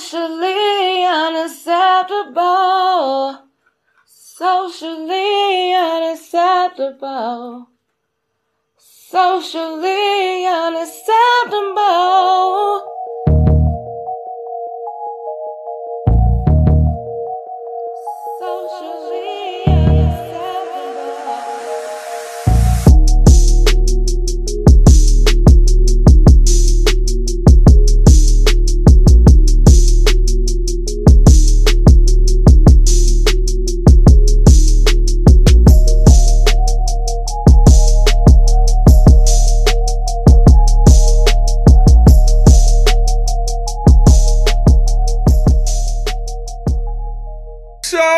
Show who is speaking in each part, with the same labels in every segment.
Speaker 1: Socially unacceptable. Socially unacceptable. Socially unacceptable. Socially unacceptable.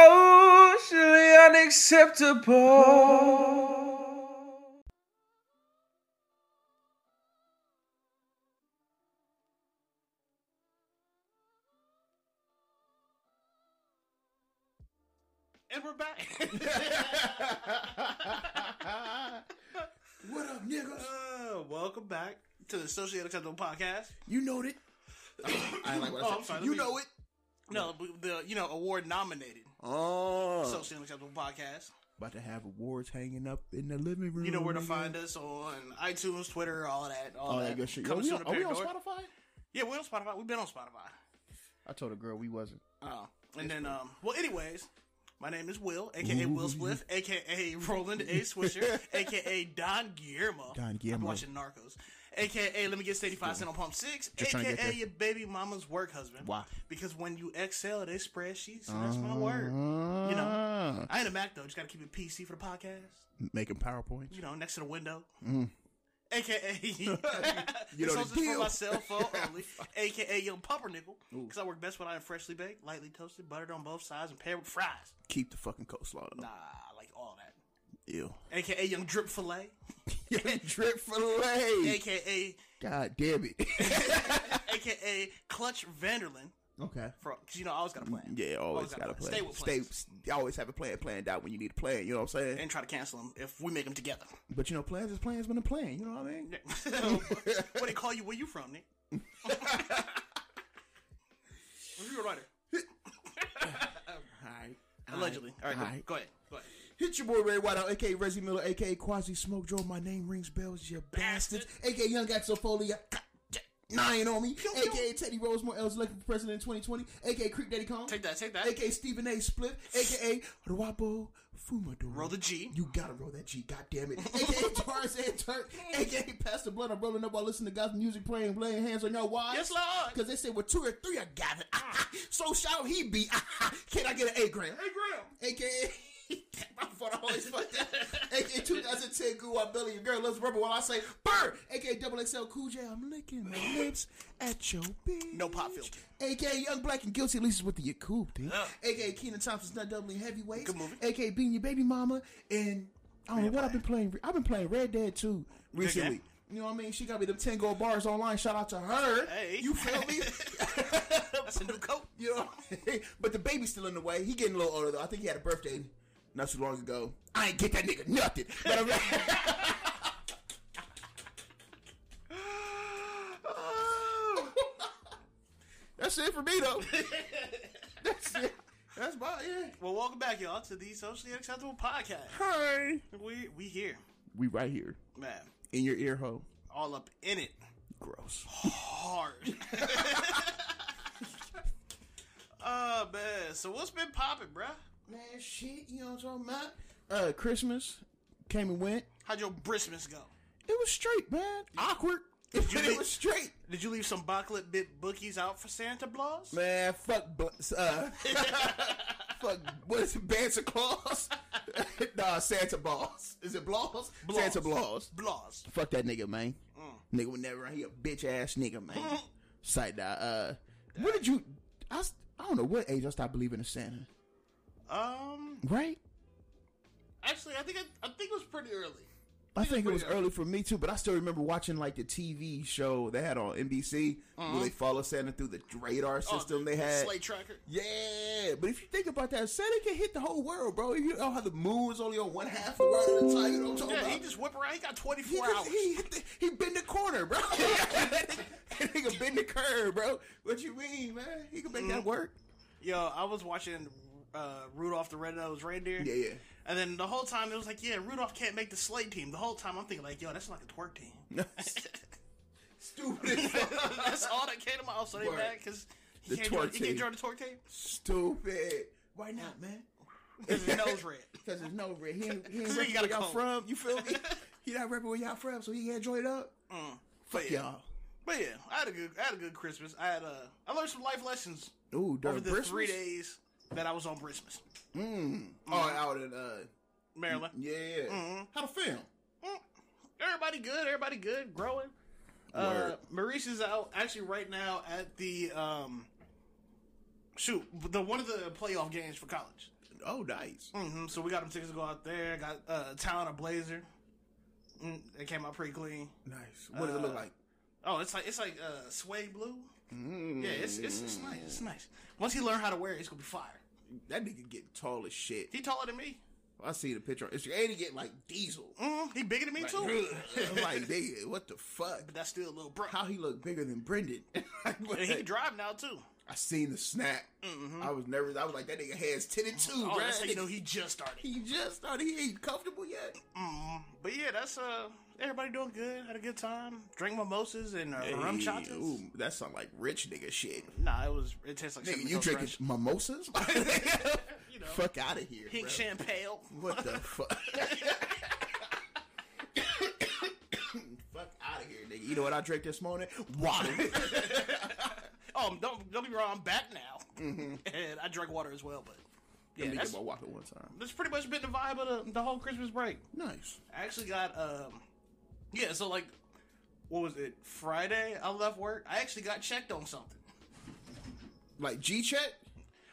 Speaker 2: Socially unacceptable.
Speaker 3: And we're back.
Speaker 4: What up, niggas?
Speaker 3: Uh, welcome back to the Socially Unacceptable Podcast.
Speaker 4: You know it. I like what
Speaker 3: Oh,
Speaker 4: I
Speaker 3: I'm
Speaker 4: said.
Speaker 3: sorry,
Speaker 4: you
Speaker 3: let me-
Speaker 4: know it.
Speaker 3: No, the you know award nominated
Speaker 4: Oh.
Speaker 3: Socially Unacceptable Podcast.
Speaker 4: About to have awards hanging up in the living room.
Speaker 3: You know where to find
Speaker 4: it.
Speaker 3: us on iTunes, Twitter, all of that. All
Speaker 4: All
Speaker 3: that,
Speaker 4: Oh, that good shit. Yo,
Speaker 3: Coming
Speaker 4: we
Speaker 3: soon
Speaker 4: on,
Speaker 3: to
Speaker 4: are we on
Speaker 3: Pandora.
Speaker 4: Spotify?
Speaker 3: Yeah, we're on Spotify. We've been on Spotify.
Speaker 4: I told a girl we wasn't.
Speaker 3: Oh, and then um. Well, anyways, my name is Will, aka Will Spliff, aka Roland A Swisher, aka Don Guillermo.
Speaker 4: Don
Speaker 3: I've been
Speaker 4: Guillermo.
Speaker 3: watching Narcos. AKA, let me get 75 cent on pump six.
Speaker 4: Just trying to get
Speaker 3: AKA,
Speaker 4: there.
Speaker 3: your baby mama's work husband.
Speaker 4: Why?
Speaker 3: Because when you exhale, they spread sheets. And that's my
Speaker 4: Uh-huh.
Speaker 3: word. You know. I ain't a Mac though. Just gotta keep it PC for the podcast.
Speaker 4: Making PowerPoints.
Speaker 3: You know, next to the window.
Speaker 4: Mm.
Speaker 3: AKA, you
Speaker 4: know
Speaker 3: this
Speaker 4: the
Speaker 3: is for my
Speaker 4: deal.
Speaker 3: cell phone only. AKA Young Pumpernickel, because I work best when I am freshly baked, lightly toasted, buttered on both sides, and paired with fries.
Speaker 4: Keep the fucking coleslaw up.
Speaker 3: Nah, I like all that.
Speaker 4: Ew.
Speaker 3: AKA Young Drip Filet,
Speaker 4: Drip fillet.
Speaker 3: AKA
Speaker 4: God damn it.
Speaker 3: AKA Clutch Vanderlin.
Speaker 4: okay.
Speaker 3: For, Cause you know I always got a plan.
Speaker 4: Yeah, always got to
Speaker 3: a
Speaker 4: plan.
Speaker 3: Stay with plans
Speaker 4: Stay- always have a plan planned out when you need a plan. You know what I'm saying?
Speaker 3: and try to cancel them if we make them together.
Speaker 4: But you know, plans is plans when a plan. You know what I mean?
Speaker 3: Yeah. what they call you? Where you from, Nick? you a writer,
Speaker 4: All right.
Speaker 3: allegedly. All right, go-
Speaker 4: Alright.
Speaker 3: go ahead. Go ahead.
Speaker 4: Hit your boy Ray Whiteout, aka Reggie Miller, aka Quasi Smoke Joe. My name rings bells, you bastards. AKA Young Axel Foley. you cock- Nine on me.
Speaker 3: Pew, pew.
Speaker 4: AKA Teddy Rosemore, Ellis elected for president in 2020. AKA Creep Daddy Kong.
Speaker 3: Take that. Take that.
Speaker 4: AKA Stephen A. Split. AKA Ruapo Fumador.
Speaker 3: Roll the G.
Speaker 4: You gotta roll that G, God damn it. AKA Tarzan Turk, AKA Pastor Blood. I'm rolling up while listening to gospel music, praying, laying hands on your wives.
Speaker 3: Yes, Lord.
Speaker 4: Because they said, well, two or three are gathered. Ah, ah, so shall he be. Ah, ah. Can I get an A grand? AKA. My fault, I always fuck that. AKA 2010 Goo, I'm Billy. Your girl loves rubber while I say, burn! AKA Double XL Cool J, I'm licking my lips at your bitch.
Speaker 3: No pop filter.
Speaker 4: AKA Young Black and Guilty, at least is what the Yakub did.
Speaker 3: Ugh.
Speaker 4: AKA Keenan Thompson's Not Doubling Heavyweight.
Speaker 3: Good movie.
Speaker 4: AKA Being Your Baby Mama. And I don't know what I've been playing. I've been playing Red Dead 2 recently.
Speaker 3: game.
Speaker 4: You know what I mean? She got me them 10 gold bars online. Shout out to her.
Speaker 3: Hey.
Speaker 4: You feel me?
Speaker 3: That's a new coat.
Speaker 4: You know, but the baby's still in the way. He getting a little older though. I think he had a birthday not too long ago. I ain't get that nigga nothing. But I'm That's it for me though. That's it. That's my yeah.
Speaker 3: Well, welcome back, y'all, to the Socially Unacceptable Podcast.
Speaker 4: Hi.
Speaker 3: We we here,
Speaker 4: We right here
Speaker 3: man,
Speaker 4: in your ear hole.
Speaker 3: all up in it,
Speaker 4: Gross.
Speaker 3: hard. Oh man, so what's been popping, bruh?
Speaker 4: Man, shit. You know what I'm talking about? Uh, Christmas came and went.
Speaker 3: How'd your Brismas go?
Speaker 4: It was straight, man. Awkward. But it was straight.
Speaker 3: Did you leave some booklet bit bookies out for Santa Claus?
Speaker 4: Man, fuck, bu- uh, fuck. What is it, Santa Claus? nah, Santa Balls. Is it Blaws?
Speaker 3: Blaws.
Speaker 4: Santa Blaws.
Speaker 3: Bloss.
Speaker 4: Fuck that nigga, man. Nigga would never. He a bitch ass nigga, man. Sight die. Uh, what did you? I, s- I don't know what age I stopped believing in Santa.
Speaker 3: Um,
Speaker 4: Right?
Speaker 3: actually, I think I, I think it was pretty early.
Speaker 4: I think it was early for me too, but I still remember watching like the TV show they had on NBC where they follow Santa through the radar
Speaker 3: Oh,
Speaker 4: system they had.
Speaker 3: Slate tracker.
Speaker 4: Yeah, but if you think about that, Santa can hit the whole world, bro. You know how the moon's only on one half of the world at a time. You know what I'm talking
Speaker 3: Yeah, he
Speaker 4: about?
Speaker 3: just whip around. He got 24
Speaker 4: He
Speaker 3: hours.
Speaker 4: just- he hit the, he bend the corner, bro. that nigga bend the curve, bro. What you mean, man? He can make
Speaker 3: Mm-hmm.
Speaker 4: that work.
Speaker 3: Yo, I was watching uh, Rudolph the Red-Nosed Reindeer.
Speaker 4: Yeah, yeah.
Speaker 3: And then the whole time it was like, yeah, Rudolph can't make the Slate team. The whole time I'm thinking like, yo, that's like a twerk team.
Speaker 4: Stupid. as fuck.
Speaker 3: that's all that came to my so they
Speaker 4: Word.
Speaker 3: mad because he,
Speaker 4: The
Speaker 3: can't join-
Speaker 4: twerk
Speaker 3: he can't
Speaker 4: team.
Speaker 3: join the twerk team
Speaker 4: Stupid. Why not, man?
Speaker 3: because his nose red.
Speaker 4: Because there's no red. He ain't, he ain't
Speaker 3: Nigga
Speaker 4: repping
Speaker 3: got
Speaker 4: where
Speaker 3: a
Speaker 4: y'all
Speaker 3: cold.
Speaker 4: from. You feel me? he not repping where y'all from, so he can't join up.
Speaker 3: Mm. But yeah,
Speaker 4: Y'all.
Speaker 3: but yeah, I had a good, I had a good Christmas. I had, uh, I learned some life lessons
Speaker 4: Ooh,
Speaker 3: over
Speaker 4: during
Speaker 3: the
Speaker 4: Christmas?
Speaker 3: three days that I was on Christmas,
Speaker 4: Oh, out in, uh,
Speaker 3: Maryland. Mm-hmm.
Speaker 4: yeah, yeah.
Speaker 3: Mm.
Speaker 4: How to film?
Speaker 3: Everybody good. Everybody good. Growing. Uh,
Speaker 4: Word.
Speaker 3: Maurice is out actually right now at the um, shoot the one of the playoff games for college.
Speaker 4: Oh, nice.
Speaker 3: hmm So we got him tickets to go out there. Got uh, Town a Blazer. Mm, it came out pretty clean.
Speaker 4: Nice. What does it look like?
Speaker 3: Oh, it's like it's like uh, suede blue. Yeah, it's, it's it's nice. It's nice. Once he learn how to wear it, it's gonna be fire.
Speaker 4: That nigga getting tall as shit.
Speaker 3: He taller than me.
Speaker 4: I see the picture on Instagram. And he get like diesel.
Speaker 3: Mm, he bigger than me too.
Speaker 4: I'm
Speaker 3: Mm.
Speaker 4: like, nigga, what the fuck?
Speaker 3: But that's still a little bro.
Speaker 4: How he look bigger than Brendan?
Speaker 3: And he can drive now too.
Speaker 4: I seen the snap. I was nervous. I was like, that nigga has ten and two.
Speaker 3: Oh,
Speaker 4: bruh.
Speaker 3: that's how you know he just started.
Speaker 4: He just started. He ain't comfortable yet.
Speaker 3: But yeah, that's uh everybody doing good. Had a good time. Drink mimosas and uh, rum
Speaker 4: Hey,
Speaker 3: chatas.
Speaker 4: Ooh, that sound like rich nigga shit.
Speaker 3: Nah, it was it tastes like
Speaker 4: Nigga,
Speaker 3: something
Speaker 4: you
Speaker 3: else
Speaker 4: drinking
Speaker 3: fresh.
Speaker 4: mimosas?
Speaker 3: you know
Speaker 4: Fuck out of here,
Speaker 3: pink
Speaker 4: bruh.
Speaker 3: champagne.
Speaker 4: What the fuck? fuck out of here, nigga. You know what I drank this morning? Water.
Speaker 3: Oh, don't don't be wrong. I'm back now, and I drank water as well. But
Speaker 4: Mm-hmm.
Speaker 3: yeah,
Speaker 4: Let me
Speaker 3: that's,
Speaker 4: get my water one time.
Speaker 3: that's pretty much been the vibe of the, the whole Christmas break.
Speaker 4: Nice.
Speaker 3: I actually got um yeah, so like what was it? Friday I left work. I actually got checked on something.
Speaker 4: Like G check?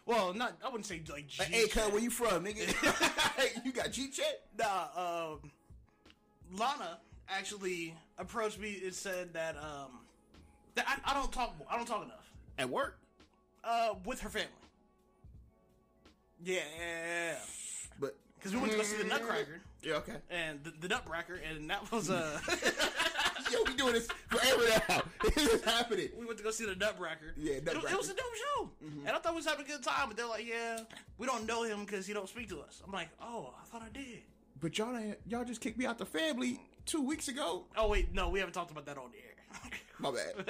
Speaker 3: Well, not I wouldn't say like G.
Speaker 4: Like, hey, cuz, where you from, nigga? you got G check?
Speaker 3: nah, um Lana actually approached me and said that um that I, I don't talk I don't talk enough.
Speaker 4: At work?
Speaker 3: Uh with her family. Yeah.
Speaker 4: But
Speaker 3: Cuz we went to go see the Nutcracker
Speaker 4: yeah, okay.
Speaker 3: and the, the Nutcracker and that was uh
Speaker 4: Yo, we doing this forever now. this is happening.
Speaker 3: we went to go see the Nutcracker.
Speaker 4: Yeah,
Speaker 3: It, was, it
Speaker 4: Nutcracker. Mm-hmm.
Speaker 3: was a dope show, and I thought we was having a good time. But they're like, "Yeah, we don't know him because he don't speak to us." I'm like, "Oh, I thought I did."
Speaker 4: But y'all ain't, y'all just kicked me out the family two weeks ago.
Speaker 3: Oh wait, no, we haven't talked about that on the
Speaker 4: My bad.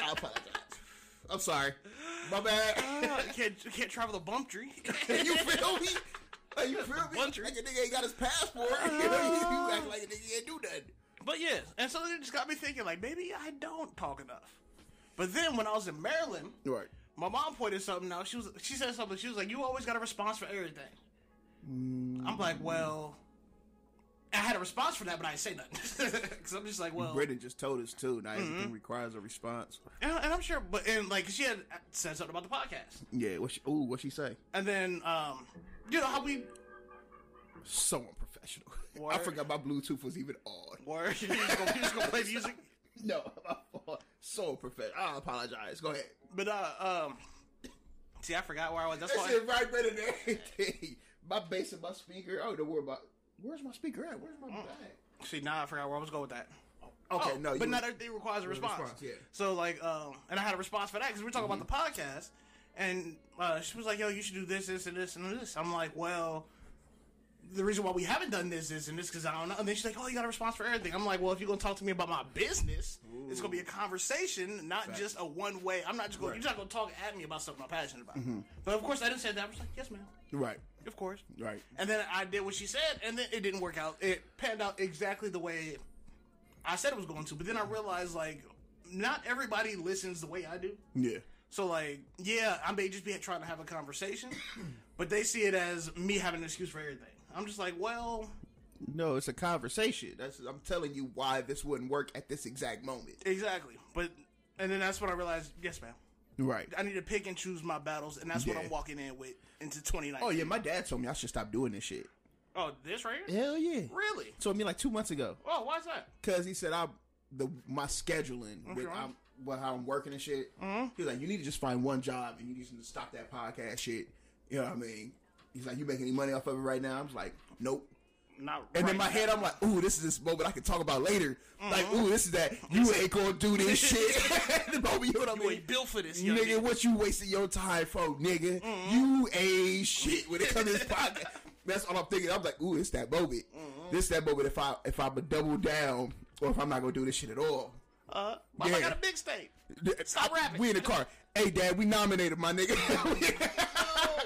Speaker 4: I apologize. I'm sorry. My bad.
Speaker 3: air. You can't you can't travel the bump tree.
Speaker 4: you feel me? Like, you feel me?
Speaker 3: Bunch of-
Speaker 4: Like a nigga ain't got his passport. you know,
Speaker 3: Oh.
Speaker 4: you act like a nigga can't do nothing.
Speaker 3: but yes, and so it just got me thinking, like maybe I don't talk enough. But then when I was in Maryland,
Speaker 4: Right.
Speaker 3: my mom pointed something out. She was she said something. She was like, "You always got a response for everything." I'm like, well. I had a response for that, but I didn't say nothing because I'm just like, well,
Speaker 4: Brendan just told us too. Now everything
Speaker 3: Mm-hmm.
Speaker 4: requires a response.
Speaker 3: And, and I'm sure, but and like she had said something about the podcast,
Speaker 4: Yeah. What she, ooh, what she say?
Speaker 3: and then um, you know how we
Speaker 4: So unprofessional. I
Speaker 3: Word.
Speaker 4: forgot my Bluetooth was even on.
Speaker 3: were you just gonna, you just gonna play music,
Speaker 4: No, my fault. So unprofessional. I apologize. Go ahead.
Speaker 3: but uh um, see, I forgot where I was. That's
Speaker 4: That
Speaker 3: why.
Speaker 4: shit vibrated and everything. My bass and my speaker. I don't know where my where's my speaker at? Where's my
Speaker 3: Mm.
Speaker 4: bag?
Speaker 3: See, now I forgot where I was going with that.
Speaker 4: Okay,
Speaker 3: Oh,
Speaker 4: no,
Speaker 3: but
Speaker 4: you-
Speaker 3: not everything requires a response.
Speaker 4: response, yeah. Mm-hmm.
Speaker 3: So like um, and I had a response for that because we were talking about the podcast, and uh, she was like, "Yo, you should do this, this, and this, and this." I'm like, well. The reason why we haven't done this is and this because I don't know. And then she's like, "Oh, you got a response for everything." I'm like, "Well, if you're gonna talk to me about my business, it's gonna be a conversation, not just a one way. I'm not just going. to You're not gonna talk at me about something I'm passionate about."
Speaker 4: Mm-hmm.
Speaker 3: But of course, I didn't say that. I was like, "Yes, ma'am.
Speaker 4: Right,
Speaker 3: Of course."
Speaker 4: right.
Speaker 3: And then I did what she said, and then it didn't work out. It panned out exactly the way I said it was going to. But then I realized, like, not everybody listens the way I do.
Speaker 4: Yeah,
Speaker 3: So, like, yeah, I may just be trying to have a conversation, but they see it as me having an excuse for everything. I'm just like, well,
Speaker 4: no, it's a conversation. That's I'm telling you why this wouldn't work at this exact moment.
Speaker 3: exactly. But, and then that's when I realized, yes, ma'am.
Speaker 4: Right.
Speaker 3: I need to pick and choose my battles, and that's what
Speaker 4: Yeah.
Speaker 3: I'm walking in with into 2019.
Speaker 4: Oh yeah, my dad told me I should stop doing this shit.
Speaker 3: Oh, this right here?
Speaker 4: Hell yeah.
Speaker 3: Really?
Speaker 4: Told me like two months ago.
Speaker 3: Oh, why is that?
Speaker 4: Cause he said I the my scheduling with
Speaker 3: Okay.
Speaker 4: I'm, with how I'm working and shit. He was like, you need to just find one job and you need to stop that podcast shit. You know what I mean? He's like, you make any money off of it right now? I'm just like, nope.
Speaker 3: Not
Speaker 4: And
Speaker 3: right
Speaker 4: in my head, I'm like, ooh, this is this moment I can talk about later.
Speaker 3: Mm-hmm.
Speaker 4: Like, ooh, this is that you ain't gonna do this shit. the moment you know what I
Speaker 3: You
Speaker 4: mean?
Speaker 3: ain't built for this, Mm-hmm. young
Speaker 4: Nigga,
Speaker 3: nigga.
Speaker 4: what you wasting your time for, nigga? You ain't shit when it comes to this podcast. That's all I'm thinking. I'm like, ooh, it's that moment.
Speaker 3: Mm-hmm.
Speaker 4: This that moment if I if I'm a double down or if I'm not gonna do this shit at all.
Speaker 3: Uh, mama
Speaker 4: Yeah.
Speaker 3: got a mixtape. Stop
Speaker 4: I-
Speaker 3: rapping.
Speaker 4: We in the car. Hey, Dad, we nominated my nigga.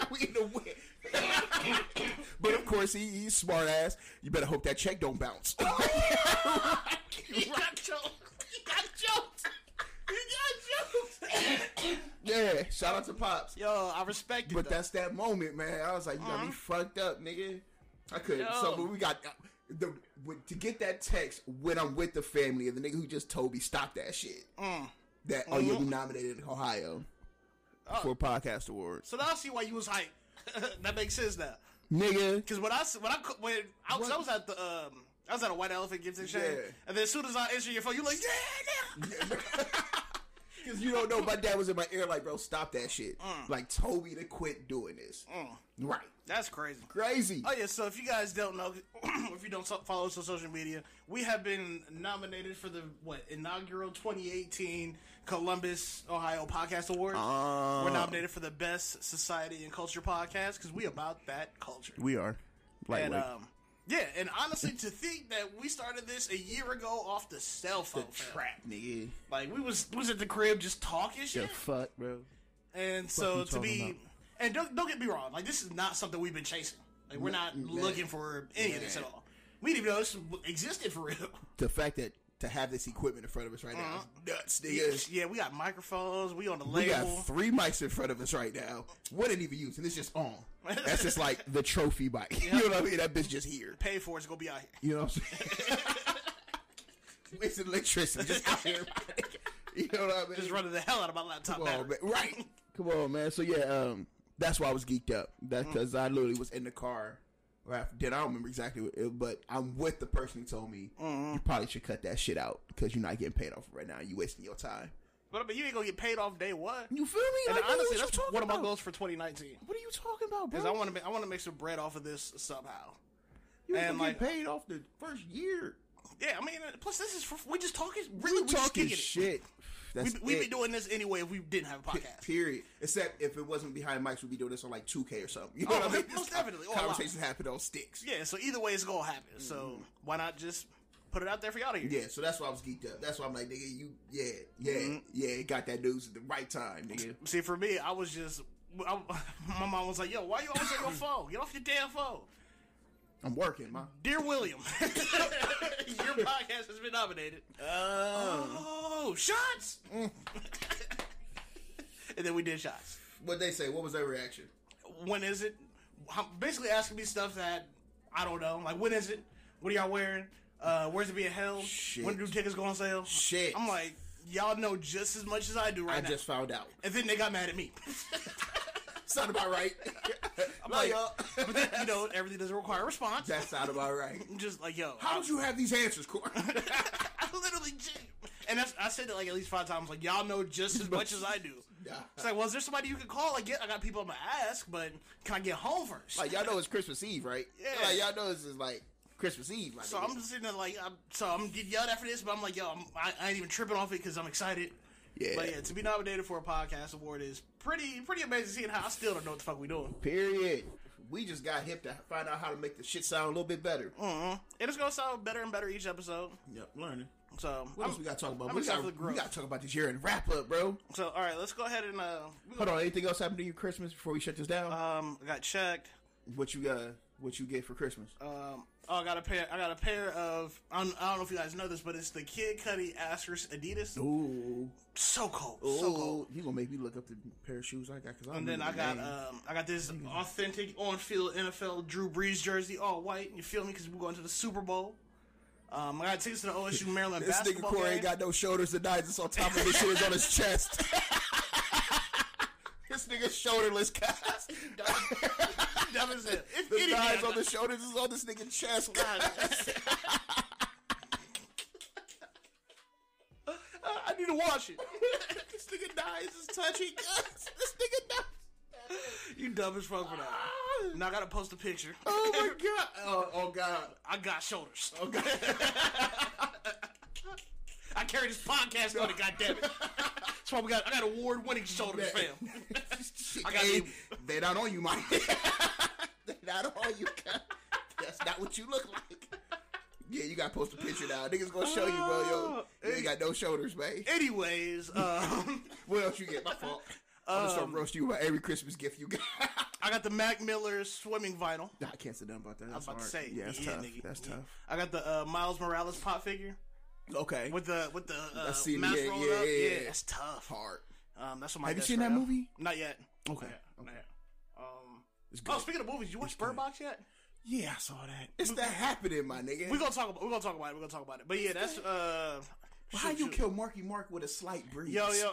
Speaker 4: we in the win. but of course, he, he's smart ass. You better hope that check don't bounce.
Speaker 3: You got jokes. You got jokes. You got jokes.
Speaker 4: yeah, shout out to pops.
Speaker 3: Yo, I respect it.
Speaker 4: But
Speaker 3: though.
Speaker 4: that's that moment, man. I was like, you got
Speaker 3: Uh-huh.
Speaker 4: me fucked up, nigga. I couldn't.
Speaker 3: Yo.
Speaker 4: So but we got uh, the with- to get that text when I'm with the family of the nigga who just told me stop that shit.
Speaker 3: Mm.
Speaker 4: That oh yeah, we
Speaker 3: Mm-hmm.
Speaker 4: nominated in Ohio
Speaker 3: Oh.
Speaker 4: for podcast awards,
Speaker 3: so now I see why you was hype. that makes sense now.
Speaker 4: nigga.
Speaker 3: Because when I s- when I cou- when I was, I
Speaker 4: What?
Speaker 3: was at the um I was at a white elephant gift and shit,
Speaker 4: Yeah.
Speaker 3: and then as soon as I answer your phone, you like yeah, yeah.
Speaker 4: Because you don't know, my dad was in my ear like, bro, stop that shit.
Speaker 3: Mm.
Speaker 4: Like told me to quit doing this. Right,
Speaker 3: That's crazy.
Speaker 4: crazy.
Speaker 3: Oh yeah. So if you guys don't know, if you don't so- follow us on social media, we have been nominated for the what inaugural 2018 Columbus, Ohio Podcast Award.
Speaker 4: Ah.
Speaker 3: We're nominated for the best society and culture podcast because we about that culture.
Speaker 4: we are
Speaker 3: and um, yeah, and honestly, to think that we started this a year ago off the cell phone fam.
Speaker 4: trap, nigga.
Speaker 3: Like we was was at the crib just talking shit,
Speaker 4: The fuck, bro.
Speaker 3: and so
Speaker 4: you
Speaker 3: to be,
Speaker 4: talking about?
Speaker 3: and don't don't get me wrong, like this is not something we've been chasing. Like we're not
Speaker 4: man.
Speaker 3: looking for any of this at all. We didn't even know this existed for real.
Speaker 4: The fact that to have this equipment in front of us right now is nuts, nigga.
Speaker 3: Yeah, we got microphones. We on the
Speaker 4: We
Speaker 3: Mm-hmm. label.
Speaker 4: got three mics in front of us right now. What didn't even use, and it's just on. That's just like the trophy mic. You know what I mean? That bitch just here.
Speaker 3: Paid for it's gonna be out here.
Speaker 4: You know what I'm saying? Wasting electricity just out here. You know what I mean?
Speaker 3: Just running the hell out of my laptop.
Speaker 4: Come on,
Speaker 3: battery.
Speaker 4: man. Right. Come on, man. So yeah, um, that's why I was geeked up. That's because I literally was in the car. Or after dinner, I don't remember exactly what, it, but I'm with the person who told me you probably should cut that shit out because you're not getting paid off right now. You wasting your time.
Speaker 3: But I mean, you ain't gonna get paid off day one.
Speaker 4: You feel me?
Speaker 3: And
Speaker 4: Like, nigga,
Speaker 3: honestly,
Speaker 4: what
Speaker 3: that's
Speaker 4: you talking
Speaker 3: one of my
Speaker 4: about?
Speaker 3: goals for 2019.
Speaker 4: What are you talking about, bro?
Speaker 3: Because I want to make I want to make some bread off of this somehow.
Speaker 4: you
Speaker 3: and,
Speaker 4: ain't gonna get
Speaker 3: like-
Speaker 4: paid off the first year.
Speaker 3: Yeah, I mean, uh, plus this is for, we just talking really we
Speaker 4: you talking
Speaker 3: just kicking
Speaker 4: shit.
Speaker 3: It.
Speaker 4: That's
Speaker 3: We we'd be
Speaker 4: it.
Speaker 3: doing this anyway if we didn't have a podcast.
Speaker 4: Period. Except if it wasn't behind mics, we'd be doing this on like 2K or something. You know
Speaker 3: Oh,
Speaker 4: what I mean?
Speaker 3: most
Speaker 4: This
Speaker 3: definitely. Oh, wow.
Speaker 4: Conversations happen on sticks.
Speaker 3: Yeah, so either way it's gonna happen. So why not just put it out there for y'all to hear?
Speaker 4: Yeah, so that's why I was geeked up. That's why I'm like, nigga, you, yeah, yeah, yeah, it got that news at the right time, nigga.
Speaker 3: See, for me, I was just I, my mom was like, "Yo, why you always on your phone? Get off your damn phone."
Speaker 4: I'm working, ma.
Speaker 3: Dear William, your podcast has been nominated. Oh, shots! and then we did shots.
Speaker 4: What they say? What was their reaction?
Speaker 3: when is it? How- Basically asking me stuff that I don't know. Like when is it? What are y'all wearing? Uh, where's it being held?
Speaker 4: Shit.
Speaker 3: When do tickets go on sale?
Speaker 4: Shit.
Speaker 3: I'm like, y'all know just as much as I do right
Speaker 4: I
Speaker 3: now.
Speaker 4: just found out.
Speaker 3: and then they got mad at me.
Speaker 4: Sound about right. I'm like,
Speaker 3: like-
Speaker 4: y'all.
Speaker 3: but then, you know, everything doesn't require a response.
Speaker 4: that sound about right.
Speaker 3: I'm just like, yo,
Speaker 4: How did you have these answers, Corey?
Speaker 3: I literally just, and that's, I said it like at least five times. Like y'all know just as much as I do.
Speaker 4: Yeah.
Speaker 3: It's like, well, is there somebody you can call? I get, I got people I'm gonna ask, but can I get home first?
Speaker 4: like y'all know it's Christmas Eve, right?
Speaker 3: Yeah.
Speaker 4: Like y'all know this is like Christmas Eve. My
Speaker 3: So
Speaker 4: nigga.
Speaker 3: I'm just sitting there like, I'm, so I'm getting yelled at for this, but I'm like, yo, I'm, I, I ain't even tripping off it because I'm excited.
Speaker 4: Yeah.
Speaker 3: But yeah, to be nominated for a podcast award is pretty pretty amazing. Seeing how I still don't know what the fuck we doing,
Speaker 4: Period. We just got hip to find out how to make the shit sound a little bit better.
Speaker 3: and it's gonna sound better and better each episode.
Speaker 4: Yep, learning.
Speaker 3: So,
Speaker 4: What
Speaker 3: I'm-
Speaker 4: else we got to talk about?
Speaker 3: I'm
Speaker 4: we
Speaker 3: excited
Speaker 4: got
Speaker 3: for the growth.
Speaker 4: we got to talk about this year and wrap up, bro.
Speaker 3: so all right, let's go ahead and uh, we
Speaker 4: Hold on. Anything else happened to you Christmas before we shut this down?
Speaker 3: um, I got checked.
Speaker 4: what you got? What you get for Christmas?
Speaker 3: Um, oh, I got a pair. I got a pair of. I don't, I don't know if you guys know this, but it's the Kid Cudi Astros Adidas.
Speaker 4: Ooh,
Speaker 3: So cold,
Speaker 4: ooh,
Speaker 3: so cold.
Speaker 4: you gonna make me look up the pair of shoes I got? uh, Cause I
Speaker 3: And then I
Speaker 4: remember
Speaker 3: got
Speaker 4: the name.
Speaker 3: um, I got this authentic on-field NFL Drew Brees jersey, all white. You feel me? Because we're going to the Super Bowl. Um, I got tickets to the OSU Maryland
Speaker 4: this nigga
Speaker 3: basketball
Speaker 4: Corey
Speaker 3: game.
Speaker 4: ain't got no shoulders and eyes. It's on top of his shit is on his chest. this nigga shoulderless, cuz.
Speaker 3: Dumb as hell. If
Speaker 4: The
Speaker 3: anything,
Speaker 4: thighs
Speaker 3: I-
Speaker 4: on the shoulders is on this nigga chest.
Speaker 3: God. I need to wash it.
Speaker 4: this nigga dies is touching us. This nigga dies.
Speaker 3: You dumb as fuck for that. Now I gotta post a picture.
Speaker 4: Oh my god. Oh, oh god.
Speaker 3: I got shoulders.
Speaker 4: Oh god.
Speaker 3: I carry this podcast on it. God damn it. That's why we got. I got award-winning shoulders, fam. I got
Speaker 4: Hey,
Speaker 3: you.
Speaker 4: They not on you, Mike. they not on you, cuz. That's not what you look like. Yeah, you gotta post a picture now. Niggas gonna show you, bro.
Speaker 3: Ah,
Speaker 4: Yo, you ain't got no shoulders, man.
Speaker 3: Anyways, um,
Speaker 4: What else you get? My fault. I'm gonna start roasting you about every Christmas gift you got.
Speaker 3: I got the Mac Miller swimming vinyl.
Speaker 4: Nah, I can't sit down about that.
Speaker 3: I
Speaker 4: That's
Speaker 3: was about to
Speaker 4: hard.
Speaker 3: say,
Speaker 4: yeah, that's tough.
Speaker 3: nigga,
Speaker 4: That's
Speaker 3: yeah.
Speaker 4: tough.
Speaker 3: I got the uh, Miles Morales pop figure
Speaker 4: Okay,
Speaker 3: with the with the uh,
Speaker 4: I've seen it.
Speaker 3: mask
Speaker 4: Yeah,
Speaker 3: rolled
Speaker 4: yeah,
Speaker 3: up.
Speaker 4: yeah.
Speaker 3: that's tough.
Speaker 4: hard.
Speaker 3: Um, that's what my
Speaker 4: Have you
Speaker 3: guess
Speaker 4: seen
Speaker 3: right
Speaker 4: that
Speaker 3: now.
Speaker 4: movie?
Speaker 3: Not yet.
Speaker 4: Okay,
Speaker 3: Not yet. Not yet. Um,
Speaker 4: It's good.
Speaker 3: oh, speaking of movies, you watch Bird
Speaker 4: good.
Speaker 3: Box yet?
Speaker 4: yeah, I saw that. It's that happening, my nigga.
Speaker 3: We're gonna talk about. We're gonna talk about it. We're gonna talk about it. But yeah, that's uh.
Speaker 4: How
Speaker 3: shoot,
Speaker 4: you
Speaker 3: shoot.
Speaker 4: kill Marky Mark with a slight breeze?
Speaker 3: Yo yo.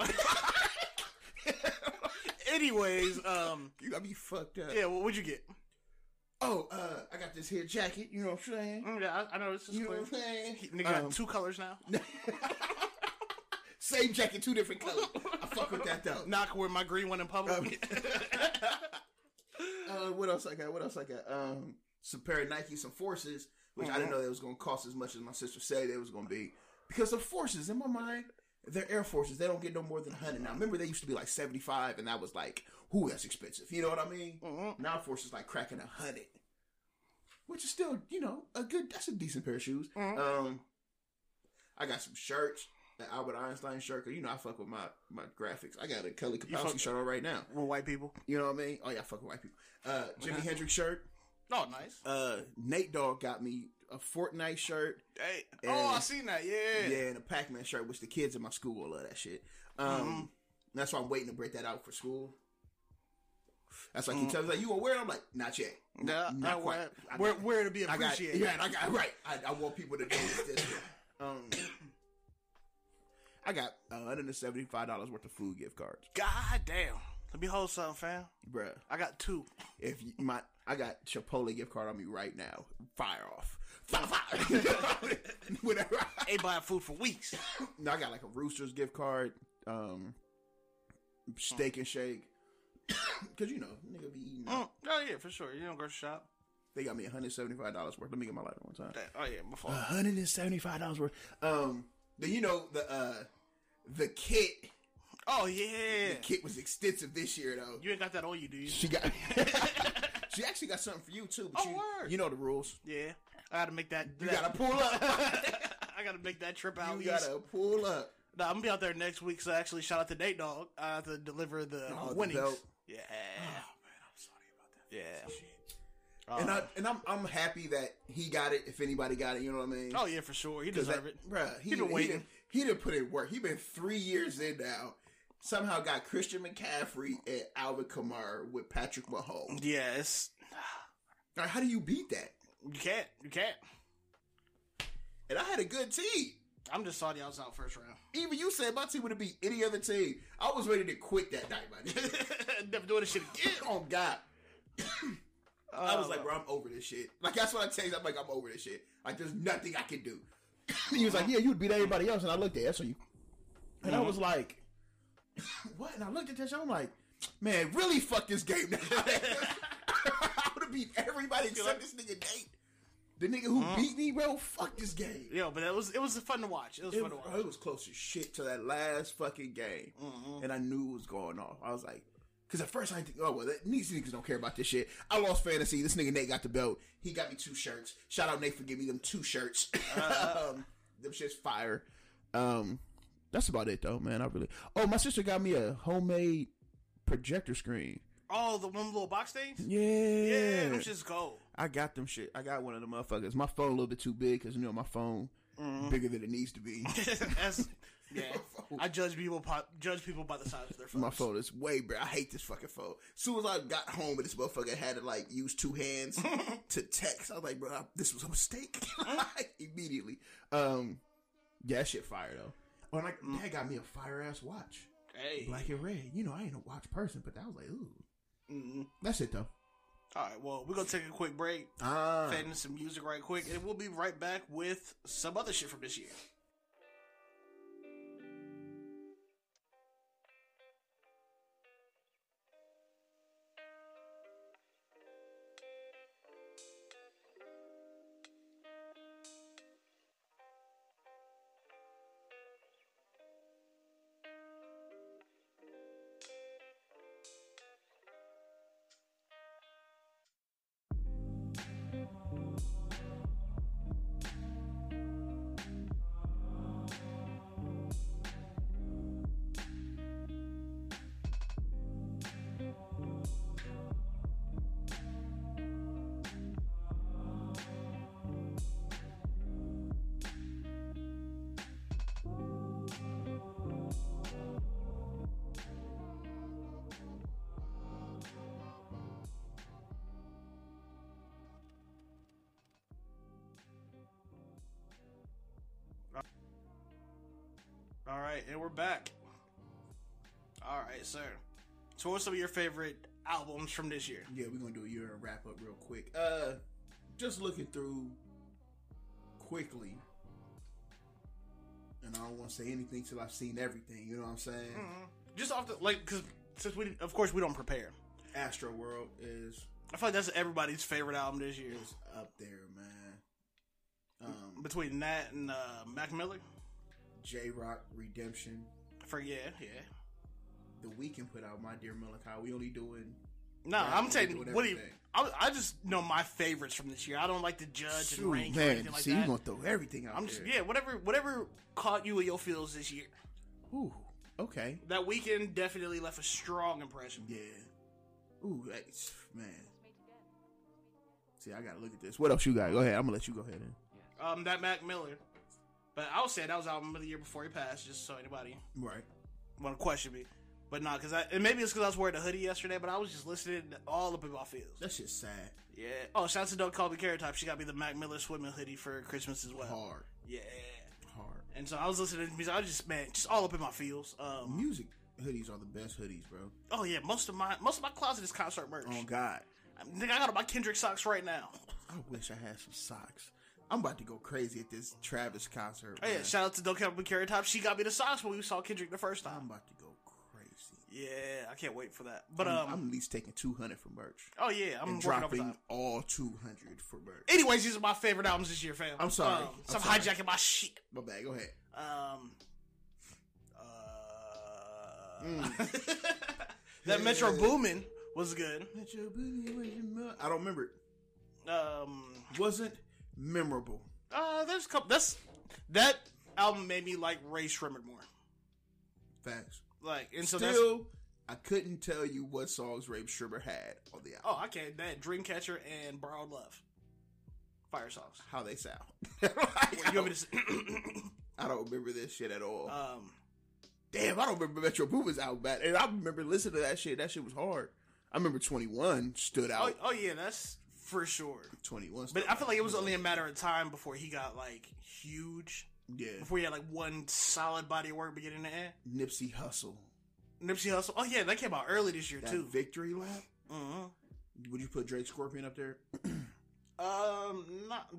Speaker 3: Anyways, um,
Speaker 4: you gotta be fucked up.
Speaker 3: yeah, what would you get?
Speaker 4: Oh, uh, I got this here jacket. You know what I'm saying?
Speaker 3: Mm, Yeah, I, I know this is
Speaker 4: You know what
Speaker 3: clear.
Speaker 4: I'm saying?
Speaker 3: Nigga got
Speaker 4: Um,
Speaker 3: two colors now.
Speaker 4: Same jacket, two different colors. I fuck with that though.
Speaker 3: Not wear my green one in public.
Speaker 4: Um, Uh, what else I got? What else I got? Um, some pair of Nike, some forces, which I didn't
Speaker 3: Mm-hmm.
Speaker 4: know they was gonna cost as much as my sister said they was gonna be. Because the forces, in my mind, they're Air Forces. They don't get no more than hundred. Now remember they used to be like seventy five, and that was like, whoo, that's expensive. You know what I mean?
Speaker 3: Mhm.
Speaker 4: Now forces like cracking a hundred, which is still, you know, a good. That's a decent pair of shoes. Um, I got some shirts. An Albert Einstein shirt, 'cause you know I fuck with my my graphics. I got a Kelly
Speaker 3: fuck-
Speaker 4: Kapowski shirt on right now.
Speaker 3: We're white people.
Speaker 4: You know what I mean? Oh yeah, I fuck with white people. Uh, Jimi Hendrix shirt.
Speaker 3: Oh, nice.
Speaker 4: Uh, Nate Dogg got me a Fortnite shirt.
Speaker 3: Hey.
Speaker 4: Yeah.
Speaker 3: Oh, I seen that. Yeah.
Speaker 4: Yeah, and a Pac Man shirt, which the kids in my school will love that shit.
Speaker 3: Mm-hmm.
Speaker 4: Um, that's why I'm waiting to break that out for school. That's why I keep telling like you gonna wear it. I'm like, not yet.
Speaker 3: Mm. Nah,
Speaker 4: Not
Speaker 3: I,
Speaker 4: quite.
Speaker 3: where,
Speaker 4: I
Speaker 3: where,
Speaker 4: got-
Speaker 3: where to be
Speaker 4: I got
Speaker 3: appreciated.
Speaker 4: yeah, I got right. I, I want people to notice this. Um, I got 175 dollars worth of food gift cards,
Speaker 3: God damn. Let me hold something, fam.
Speaker 4: bruh.
Speaker 3: I got two.
Speaker 4: if you, my I got Chipotle gift card on me right now. Fire off. Fire, fire. Whatever.
Speaker 3: Ain't buying food for weeks.
Speaker 4: No, I got like a Roosters gift card, um, Steak and Shake. Cause you know, nigga be eating.
Speaker 3: Mm, Oh yeah, for sure. You don't grocery shop.
Speaker 4: They got me $175 worth. Let me get my lighter one time.
Speaker 3: That- Oh yeah, my fault.
Speaker 4: $175 worth. Um, then you know the uh the kit
Speaker 3: oh yeah.
Speaker 4: kit was extensive this year though.
Speaker 3: You ain't got that on you, do you?
Speaker 4: She got she actually got something for you too. But
Speaker 3: Oh,
Speaker 4: you,
Speaker 3: word.
Speaker 4: you know the rules.
Speaker 3: Yeah. I gotta make that.
Speaker 4: You gotta pull up.
Speaker 3: I gotta make that trip out.
Speaker 4: you
Speaker 3: You got
Speaker 4: gotta pull up.
Speaker 3: Nah, I'm gonna be out there next week. So actually, shout out to Nate Dog. I have to deliver the uh,
Speaker 4: Oh, the
Speaker 3: winnings.
Speaker 4: belt.
Speaker 3: yeah. Yeah. Uh,
Speaker 4: And
Speaker 3: Uh-huh.
Speaker 4: I and I'm I'm happy that he got it. If anybody got it, you know what I mean.
Speaker 3: Oh yeah, for sure. You
Speaker 4: 'Cause
Speaker 3: deserve
Speaker 4: that-
Speaker 3: it.
Speaker 4: bruh. He,
Speaker 3: He been
Speaker 4: done-
Speaker 3: waiting.
Speaker 4: done- He done put in work. He been three years in now. Somehow got Christian McCaffrey and Alvin Kamara with Patrick Mahomes.
Speaker 3: Yeah, it's
Speaker 4: Now, how do you beat that?
Speaker 3: you can't. You can't.
Speaker 4: And I had a good team.
Speaker 3: I'm just sorry I was out first round.
Speaker 4: Even you said my team would have beat any other team. I was ready to quit that night, my nigga.
Speaker 3: Never doing this shit again.
Speaker 4: oh God. I was
Speaker 3: Uh,
Speaker 4: like, bro, I'm over this shit. Like that's what I tell you. I'm like, I'm over this shit. Like there's nothing I can do. he was like, yeah, you'd beat everybody else, and I looked at it, so you, and I was like, what? And I looked at that show. I'm like, man, really fuck this game. now." I would have beat everybody except this nigga Nate. The nigga who beat me, bro, fuck this game.
Speaker 3: yo, but it was it was fun to watch. It was
Speaker 4: It,
Speaker 3: fun to
Speaker 4: bro,
Speaker 3: watch.
Speaker 4: it was close as shit to that last fucking game, and I knew it was going off. I was like, because at first I think, oh well, that, these niggas don't care about this shit. I lost fantasy. This nigga Nate got the belt. He got me two shirts. Shout out Nate for giving me them two shirts. um, them shit's fire. Um, that's about it though, man. I really. Oh, my sister got me a homemade projector screen.
Speaker 3: Oh, the one little box things.
Speaker 4: Yeah,
Speaker 3: Yeah, them shit's gold.
Speaker 4: I got them shit. I got one of them motherfuckers. My phone a little bit too big because you know my phone bigger than it needs to be.
Speaker 3: That's, yeah, I judge people pop, judge people by the size of their phones.
Speaker 4: My phone is way better. I hate this fucking phone. soon as I got home and this motherfucker had to like use two hands to text, I was like, bro, I- this was a mistake. Like, Immediately. Um, yeah, that shit fire though. Oh, and I, dad got me a fire ass watch.
Speaker 3: Hey.
Speaker 4: Black and red. You know, I ain't a watch person, but that was like, ooh.
Speaker 3: Mm.
Speaker 4: That's it though.
Speaker 3: All right. Well, we're gonna take a quick break.
Speaker 4: Ah.
Speaker 3: Fade into some music right quick, and we'll be right back with some other shit from this year. All right, and we're back. All right, sir. So, what's some of your favorite albums from this year?
Speaker 4: Yeah, we're gonna do a year and wrap up real quick. Uh, just looking through quickly, and I don't want to say anything till I've seen everything. You know what I'm saying?
Speaker 3: Mm-hmm. Just off the like, because since we, of course, we don't prepare.
Speaker 4: Astro World is
Speaker 3: I feel like that's everybody's favorite album this year.
Speaker 4: is up there, man. Um,
Speaker 3: Between that and uh, Mac Miller,
Speaker 4: J Rock Redemption.
Speaker 3: for yeah, yeah.
Speaker 4: The Weeknd put out My Dear Malachi. We only doing
Speaker 3: No,
Speaker 4: Right,
Speaker 3: I'm
Speaker 4: we
Speaker 3: taking
Speaker 4: doing
Speaker 3: what do you?
Speaker 4: everything.
Speaker 3: I, I just know my favorites from this year. I don't like to judge and rank or anything like
Speaker 4: see, you
Speaker 3: that.
Speaker 4: gonna throw everything out
Speaker 3: I'm
Speaker 4: there.
Speaker 3: just yeah, whatever, whatever caught you in your feels this year.
Speaker 4: Ooh, okay.
Speaker 3: That weekend definitely left a strong impression.
Speaker 4: Yeah. Ooh, that's, man. See, I gotta look at this. What else you got? Go ahead. I'm gonna let you go ahead. Then.
Speaker 3: Um, that Mac Miller, but I would say that was album of the year before he passed. Just so anybody
Speaker 4: Right.
Speaker 3: want to question me, but not because I and maybe it's because I was wearing a hoodie yesterday, but I was just listening all up in my feels.
Speaker 4: That shit's sad.
Speaker 3: Yeah. Oh, shout out to Don't Call Me Carrot Top. She got me the Mac Miller swimming hoodie for Christmas as well.
Speaker 4: Hard.
Speaker 3: Yeah.
Speaker 4: Hard.
Speaker 3: And so I was listening to music. I was just man, just all up in my feels. Um.
Speaker 4: Music hoodies are the best hoodies, bro.
Speaker 3: Oh yeah, most of my most of my closet is concert merch.
Speaker 4: Oh God.
Speaker 3: I think I got all my Kendrick socks right now.
Speaker 4: I wish I had some socks. I'm about to go crazy at this Travis concert.
Speaker 3: Oh yeah,
Speaker 4: man.
Speaker 3: shout out to Don't Count Me Carrot Top. She got me the socks when we saw Kendrick the first
Speaker 4: I'm
Speaker 3: time.
Speaker 4: about to go crazy.
Speaker 3: Yeah, I can't wait for that. But
Speaker 4: I'm,
Speaker 3: um,
Speaker 4: I'm at least taking 200 for merch.
Speaker 3: oh yeah, I'm
Speaker 4: and
Speaker 3: working
Speaker 4: dropping
Speaker 3: overtime.
Speaker 4: all 200 for merch.
Speaker 3: Anyways, these are my favorite albums this year, fam.
Speaker 4: I'm sorry.
Speaker 3: Um,
Speaker 4: I'm
Speaker 3: so I'm
Speaker 4: sorry.
Speaker 3: hijacking my shit.
Speaker 4: My bad. Go ahead.
Speaker 3: Um, uh,
Speaker 4: Mm.
Speaker 3: that Metro Boomin was good.
Speaker 4: Let your booty with your mouth. I don't remember. it.
Speaker 3: Um,
Speaker 4: Wasn't memorable.
Speaker 3: uh, there's a couple. That's that album made me like Ray Shremmerd more.
Speaker 4: Facts.
Speaker 3: Like, and so that's
Speaker 4: Still, I couldn't tell you what songs Rape Sugar had on the album.
Speaker 3: oh, I can't. That Dreamcatcher and Borrowed Love, fire songs.
Speaker 4: How they sound.
Speaker 3: Wait,
Speaker 4: I,
Speaker 3: you want
Speaker 4: don't,
Speaker 3: me to?
Speaker 4: I don't remember this shit at all.
Speaker 3: um,
Speaker 4: Damn, I don't remember Metro Boomin's album bad. And I remember listening to that shit. That shit was hard. I remember 21 stood
Speaker 3: oh,
Speaker 4: out.
Speaker 3: oh yeah, that's for sure.
Speaker 4: 21
Speaker 3: But
Speaker 4: stood
Speaker 3: I feel
Speaker 4: out.
Speaker 3: like it was only a matter of time before he got like huge.
Speaker 4: Yeah.
Speaker 3: Before he had like one solid body of work beginning to end.
Speaker 4: Nipsey Hustle.
Speaker 3: Nipsey Hussle. Oh yeah, that came out early this year
Speaker 4: That
Speaker 3: too.
Speaker 4: victory lap.
Speaker 3: Mhm.
Speaker 4: Would you put Drake Scorpion up there?
Speaker 3: Um, not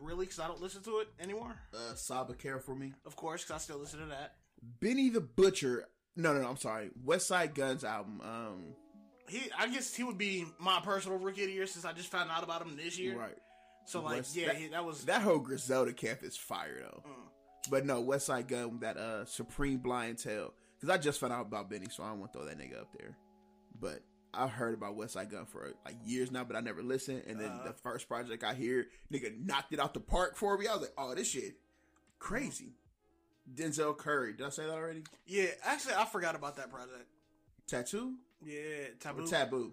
Speaker 3: really, because I don't listen to it anymore.
Speaker 4: Uh, Saba Care for Me.
Speaker 3: Of course, because I still listen to that.
Speaker 4: Benny the Butcher. No, no, no. I'm sorry. West Side Guns album. Um,
Speaker 3: He, I guess he would be my personal rookie of the year since I just found out about him this year.
Speaker 4: right.
Speaker 3: So like,
Speaker 4: West-
Speaker 3: yeah,
Speaker 4: that-
Speaker 3: he, that was.
Speaker 4: That whole Griselda camp is fire though.
Speaker 3: Mm.
Speaker 4: But no, West Side Gun, that uh Supreme Blind Tail. Because I just found out about Benny, so I don't want to throw that nigga up there. But I've heard about West Side Gun for like years now, but I never listened. And then
Speaker 3: Uh-huh.
Speaker 4: the first project I hear, nigga knocked it out the park for me. I was like, oh, this shit crazy. Denzel Curry, did I say that already?
Speaker 3: yeah, actually, I forgot about that project.
Speaker 4: Tattoo
Speaker 3: Yeah, taboo.
Speaker 4: or taboo?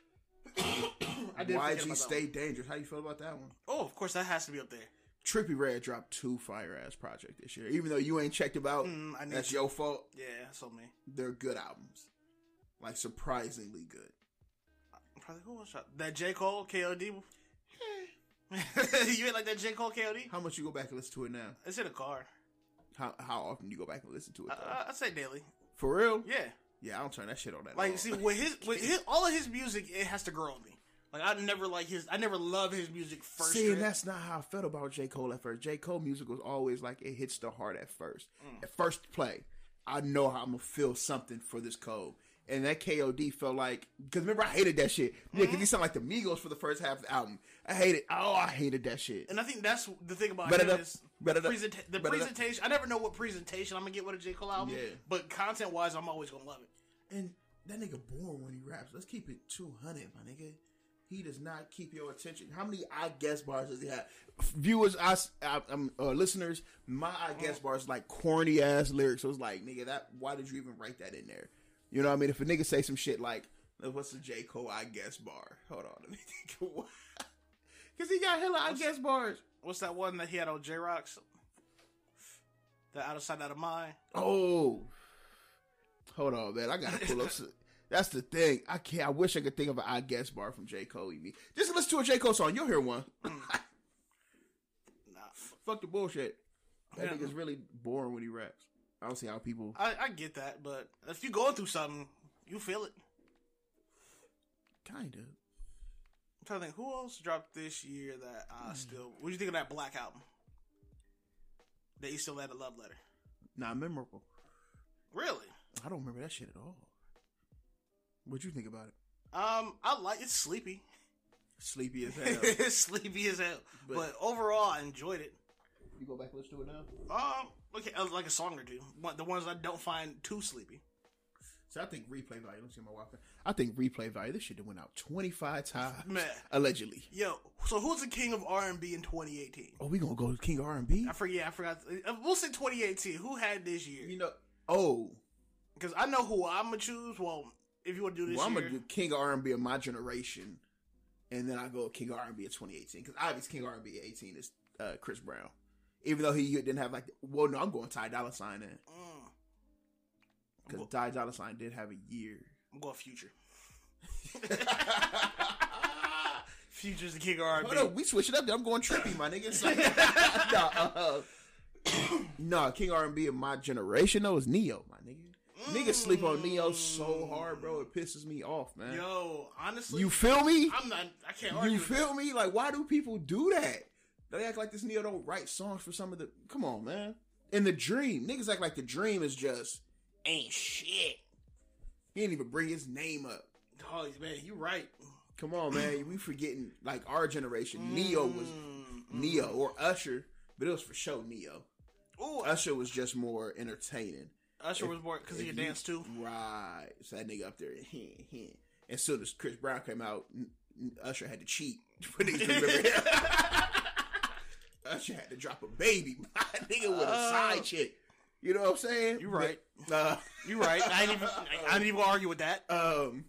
Speaker 3: I did forget about
Speaker 4: YG
Speaker 3: that
Speaker 4: Stay
Speaker 3: one.
Speaker 4: Dangerous. How you feel about that one?
Speaker 3: Oh, of course, that has to be up there.
Speaker 4: Trippy Red dropped two fire ass project this year. Even though you ain't checked about,
Speaker 3: Mm, I need
Speaker 4: that's
Speaker 3: to-
Speaker 4: your fault.
Speaker 3: Yeah, that's on me.
Speaker 4: they're good albums. Like surprisingly good.
Speaker 3: Probably who was that? That J Cole KOD. you ain't like that J Cole KOD.
Speaker 4: How much you go back and listen to it now?
Speaker 3: It's in a car.
Speaker 4: How how often do you go back and listen to it
Speaker 3: I,
Speaker 4: though?
Speaker 3: I, I say daily.
Speaker 4: For real?
Speaker 3: Yeah,
Speaker 4: Yeah, I don't turn that shit on that.
Speaker 3: like
Speaker 4: long.
Speaker 3: see with his with his, all of his music, it has to grow on me. Like I never like his, I never love his music first.
Speaker 4: See,
Speaker 3: straight.
Speaker 4: and that's not how I felt about J. Cole at first. J. Cole music was always like it hits the heart at first.
Speaker 3: Mm.
Speaker 4: At first play, I know how I'm gonna feel something for this Cole. And that KOD felt like because remember I hated that shit. Yeah,
Speaker 3: Mm-hmm.
Speaker 4: because he sounded like the Migos for the first half of the album. I hated. Oh, I hated that shit.
Speaker 3: and I think that's the thing about
Speaker 4: Better
Speaker 3: him
Speaker 4: than-
Speaker 3: is
Speaker 4: better than-
Speaker 3: presenta- the
Speaker 4: better than-
Speaker 3: presentation. I never know what presentation I'm gonna get with a J Cole album,
Speaker 4: Yeah.
Speaker 3: but content wise, I'm always gonna love it.
Speaker 4: And that nigga born when he raps. Let's keep it two hundred, my nigga. He does not keep your attention. How many I guess bars does he have? Viewers, I, s- I- um, uh, listeners, my I guess bars like corny ass lyrics. I was like, nigga, that why did you even write that in there? You know what I mean? If a nigga say some shit like, "What's the J Cole I guess bar?" Hold on, let me think. Because he got hella I guess bars.
Speaker 3: What's that one that he had on J Rocks? The out of sight, out of mind.
Speaker 4: Oh, hold on, man. I gotta pull up. some- That's the thing. I can't. I wish I could think of an I guess bar from J Cole. You mean just listen to a J Cole song? You'll hear one.
Speaker 3: Nah,
Speaker 4: Fuck the bullshit. That
Speaker 3: Yeah.
Speaker 4: nigga's really boring when he raps. I don't see how people.
Speaker 3: I, I get that, but if you're going through something, you feel it.
Speaker 4: Kind of.
Speaker 3: I'm trying to think who else dropped this year that
Speaker 4: Hmm.
Speaker 3: I still. What do you think of that Black album? That you still had a love letter.
Speaker 4: Not memorable.
Speaker 3: Really?
Speaker 4: I don't remember that shit at all. What you think about it?
Speaker 3: Um, I like it's sleepy.
Speaker 4: Sleepy as hell.
Speaker 3: it's sleepy as hell,
Speaker 4: But-
Speaker 3: but, overall I enjoyed it.
Speaker 4: you go back and listen to it now.
Speaker 3: Um, okay, uh, like a song or two. One, the ones I don't find too sleepy.
Speaker 4: So I think replay value. Let me see my walk. I think replay value. This shit done went out twenty five times
Speaker 3: Man.
Speaker 4: allegedly.
Speaker 3: Yo, so who's the king of R and B in 2018?
Speaker 4: Oh, we gonna go to King R and B?
Speaker 3: I forget. I forgot. uh, We'll say 2018. Who had this
Speaker 4: You
Speaker 3: year?
Speaker 4: know. Oh,
Speaker 3: Because I know who I'm gonna choose. Well, if you want to do this
Speaker 4: well, I'm
Speaker 3: year,
Speaker 4: gonna do King R and B of my generation, and then I go King R and B of 2018 because obviously King R and B 18 is uh, Chris Brown, even though he didn't have like. Well, no, I'm going Ty Dolla Sign in
Speaker 3: Mm,
Speaker 4: because Ty Dolla Sign did have a year.
Speaker 3: I'm going Future. Future's the king of R&B.
Speaker 4: Hold up, we switch it up. I'm going trippy, my nigga. It's like- nah, uh, nah, King R and B of my generation though is Neo, my nigga. Niggas sleep on Neo so hard, bro. It pisses me off, man.
Speaker 3: Yo, honestly,
Speaker 4: you feel me?
Speaker 3: I'm not. I can't argue.
Speaker 4: You
Speaker 3: with that.
Speaker 4: feel me? Like, why do people do that? They act like this Neo don't write songs for some of the. Come on, man. And the dream, niggas act like the dream is just ain't shit. He didn't even bring his name up.
Speaker 3: Oh man, you right.
Speaker 4: Come on, man. We forgetting like our
Speaker 3: Mm-hmm.
Speaker 4: generation. Neo was Neo or Usher, but it was for show Neo.
Speaker 3: Ooh,
Speaker 4: Usher was just more entertaining.
Speaker 3: Usher was born because he could
Speaker 4: If you-
Speaker 3: dance too.
Speaker 4: Right. So that nigga up there. As soon as Chris Brown came out, n- n- Usher had to cheat. For niggas to remember him. Usher had to drop a baby. My nigga with a
Speaker 3: Oh.
Speaker 4: side chick. You know what I'm saying?
Speaker 3: You right.
Speaker 4: But,
Speaker 3: You right. I ain't even. I, I didn't even gonna argue with that.
Speaker 4: uh, um,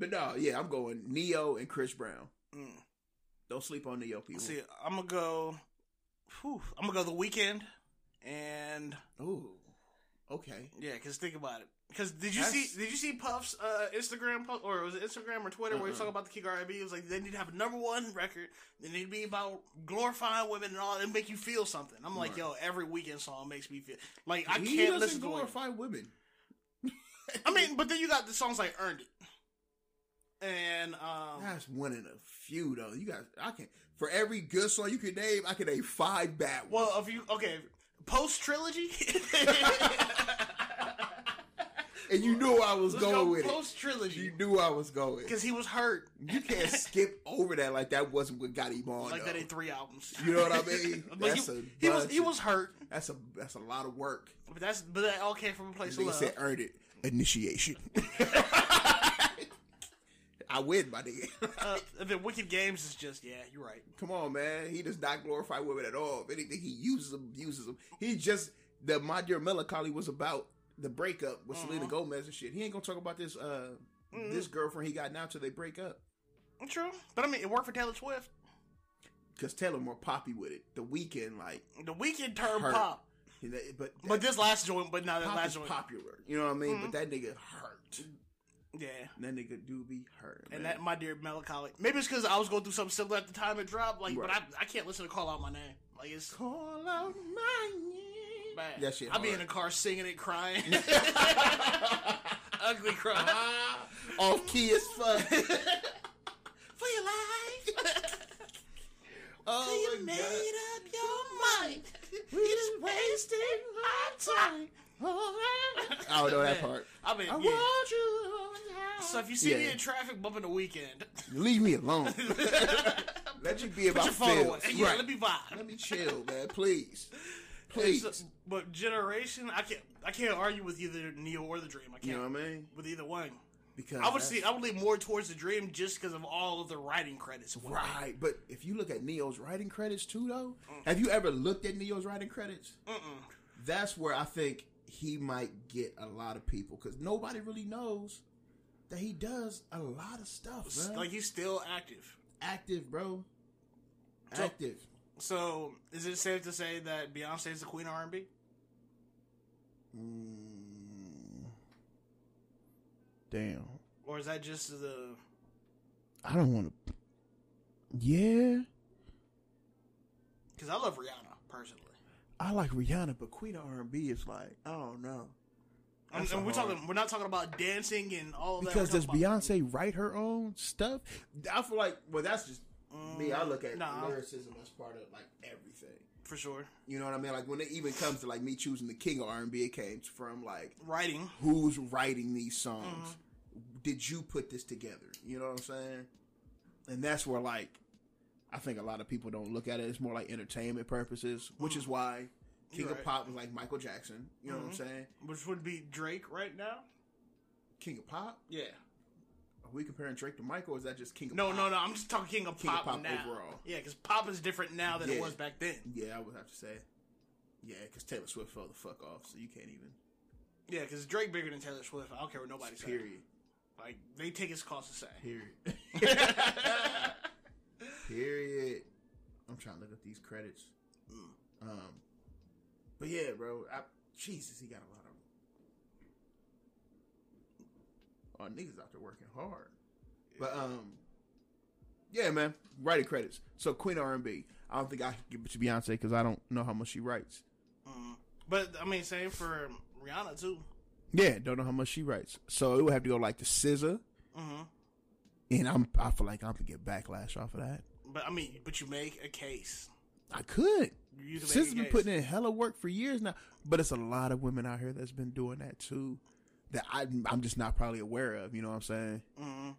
Speaker 4: but no, yeah, I'm going Neo and Chris Brown.
Speaker 3: Mm.
Speaker 4: Don't sleep on Neo people.
Speaker 3: See, I'm gonna go. Whew, I'm gonna go the weekend, and
Speaker 4: Ooh. Okay.
Speaker 3: yeah, because think about it. Because did you
Speaker 4: That's-
Speaker 3: see? Did you see Puff's uh, Instagram post, or was it Instagram or Twitter, where he was
Speaker 4: Uh-uh.
Speaker 3: talking about the King R&B? He was like, they need to have a number one record. They need to be about glorifying women and all, and make you feel something. I'm like,
Speaker 4: Right.
Speaker 3: yo, every weekend song makes me feel like I
Speaker 4: He
Speaker 3: can't
Speaker 4: doesn't
Speaker 3: listen to it.
Speaker 4: glorify women.
Speaker 3: I mean, but then you got the songs like "Earned It," and um,
Speaker 4: That's one in a few though. You got I can for every good song you can name, I can name five bad ones.
Speaker 3: Well, if you okay, post trilogy.
Speaker 4: and you knew I was
Speaker 3: Let's
Speaker 4: going
Speaker 3: go
Speaker 4: with
Speaker 3: post
Speaker 4: it. You
Speaker 3: trilogy
Speaker 4: knew I was going.
Speaker 3: because he was hurt.
Speaker 4: You can't skip over that like that wasn't what got him on.
Speaker 3: like that
Speaker 4: though.
Speaker 3: in three albums.
Speaker 4: Oh, You know what I mean?
Speaker 3: Like,
Speaker 4: That's a
Speaker 3: he, he was
Speaker 4: bunch
Speaker 3: he
Speaker 4: of-
Speaker 3: was hurt,
Speaker 4: That's a that's a lot of work.
Speaker 3: but that's but that all came from a place of
Speaker 4: They
Speaker 3: love.
Speaker 4: said earned it. Initiation. I win, my nigga.
Speaker 3: uh, and then Wicked Games is just yeah, you're right.
Speaker 4: Come on, man. He does not glorify women at all. If anything, he uses them, uses them. He just the My Dear Melancholy was about the breakup with Selena
Speaker 3: Uh-huh.
Speaker 4: Gomez and shit. He ain't gonna talk about this uh this girlfriend he got now till they break up.
Speaker 3: True, but I mean it worked for Taylor Swift.
Speaker 4: Cause Taylor more poppy with it. The weekend, like,
Speaker 3: The Weekend turned
Speaker 4: Hurt.
Speaker 3: pop,
Speaker 4: you know, but that
Speaker 3: but this last joint, but now that
Speaker 4: pop
Speaker 3: last Mm-hmm.
Speaker 4: is
Speaker 3: joint,
Speaker 4: popular. You know what I mean? But that nigga hurt.
Speaker 3: yeah.
Speaker 4: That nigga do be hurt.
Speaker 3: And
Speaker 4: man.
Speaker 3: that, my dear melancholy. Maybe it's because I was going through something similar at the time it dropped. Like, but I,
Speaker 4: Right.
Speaker 3: I can't listen to call out my name. Like it's
Speaker 4: call out my name.
Speaker 3: bad.
Speaker 4: That shit
Speaker 3: I'll be in
Speaker 4: hard.
Speaker 3: the car singing it, crying. Ugly crying.
Speaker 4: Off key as fuck.
Speaker 3: For your life.
Speaker 4: oh
Speaker 3: you
Speaker 4: my
Speaker 3: made
Speaker 4: god.
Speaker 3: up your mind. You just wasted my time. Oh,
Speaker 4: I don't know that part.
Speaker 3: I mean,
Speaker 4: I
Speaker 3: yeah.
Speaker 4: want you.
Speaker 3: So if you see
Speaker 4: Yeah.
Speaker 3: me in traffic bumping the weekend,
Speaker 4: Leave me alone. let you be
Speaker 3: put
Speaker 4: about
Speaker 3: your phone away.
Speaker 4: feels.
Speaker 3: Yeah,
Speaker 4: Right.
Speaker 3: let me vibe.
Speaker 4: Let me chill, man. Please. Please.
Speaker 3: So- but generation, I can't. I can't argue with either Neo or the Dream. I can't
Speaker 4: you know what I mean?
Speaker 3: with either one.
Speaker 4: Because
Speaker 3: I would
Speaker 4: that's-
Speaker 3: see. I would lean more towards the Dream just because of all of the writing credits. it would be.
Speaker 4: Right, but if you look at Neo's writing credits too, though,
Speaker 3: Mm.
Speaker 4: have you ever looked at Neo's writing credits?
Speaker 3: Mm-mm.
Speaker 4: That's where I think he might get a lot of people because nobody really knows that he does a lot of stuff,
Speaker 3: S-
Speaker 4: man.
Speaker 3: Like he's still active.
Speaker 4: active, bro.
Speaker 3: So-
Speaker 4: Active.
Speaker 3: So is it safe to say that Beyonce is the queen of R and B?
Speaker 4: Mm. Damn,
Speaker 3: Or is that just the
Speaker 4: I don't want to. Yeah,
Speaker 3: because I love Rihanna personally.
Speaker 4: I like Rihanna, but Queen of R and B is like I don't know
Speaker 3: And,
Speaker 4: That's
Speaker 3: and
Speaker 4: a
Speaker 3: we're
Speaker 4: hard-
Speaker 3: talking. We're not talking about dancing and all that.
Speaker 4: because
Speaker 3: We're
Speaker 4: does
Speaker 3: talking about-
Speaker 4: Beyonce write her own stuff? I feel like well, that's just me. I look at
Speaker 3: Mm, nah.
Speaker 4: lyricism as part of like everything.
Speaker 3: for sure
Speaker 4: You know what I mean? Like when it even comes to like me choosing the king of R and B, it came from like
Speaker 3: writing?
Speaker 4: who's writing these songs?
Speaker 3: Mm-hmm.
Speaker 4: Did you put this together? You know what I'm saying? And that's where like I think a lot of people don't look at it. It's more like entertainment purposes, which is why King
Speaker 3: Mm-hmm. You're
Speaker 4: of
Speaker 3: right. Mm-hmm.
Speaker 4: Pop was like Michael Jackson. You know what I'm saying?
Speaker 3: Which would be Drake right now?
Speaker 4: King of Pop?
Speaker 3: Yeah.
Speaker 4: Are we comparing Drake to Michael? Or is that just King of
Speaker 3: No,
Speaker 4: Pop?
Speaker 3: no, no. I'm just talking King of
Speaker 4: King
Speaker 3: Pop,
Speaker 4: of Pop
Speaker 3: now.
Speaker 4: overall.
Speaker 3: Yeah, because Pop is different now than
Speaker 4: Yeah.
Speaker 3: it was back then.
Speaker 4: Yeah, I would have to say. Yeah, because Taylor Swift fell the fuck off, so you can't even.
Speaker 3: Yeah, because Drake bigger than Taylor Swift. I don't care what nobody says.
Speaker 4: Period.
Speaker 3: Like they take his cause to say.
Speaker 4: Period. Period. I'm trying to look up these credits. Um, but yeah, bro. I, Jesus, he got a lot of. Oh, niggas out there working hard. But um, yeah, man. Writing credits. So Queen R and B. I don't think I could give it to Beyonce because I don't know how much she writes.
Speaker 3: Mm. But I mean, same for Rihanna too.
Speaker 4: Yeah, don't know how much she writes. So it would have to go like the scissor.
Speaker 3: Mhm.
Speaker 4: And I'm I feel like I'm gonna get backlash off of that.
Speaker 3: But I mean, but you make a case.
Speaker 4: I could.
Speaker 3: You can make
Speaker 4: SZA's
Speaker 3: a
Speaker 4: been
Speaker 3: case.
Speaker 4: putting in hella work for years now, but it's a lot of women out here that's been doing that too, that I I'm just not probably aware of. You know what I'm saying?
Speaker 3: Mhm.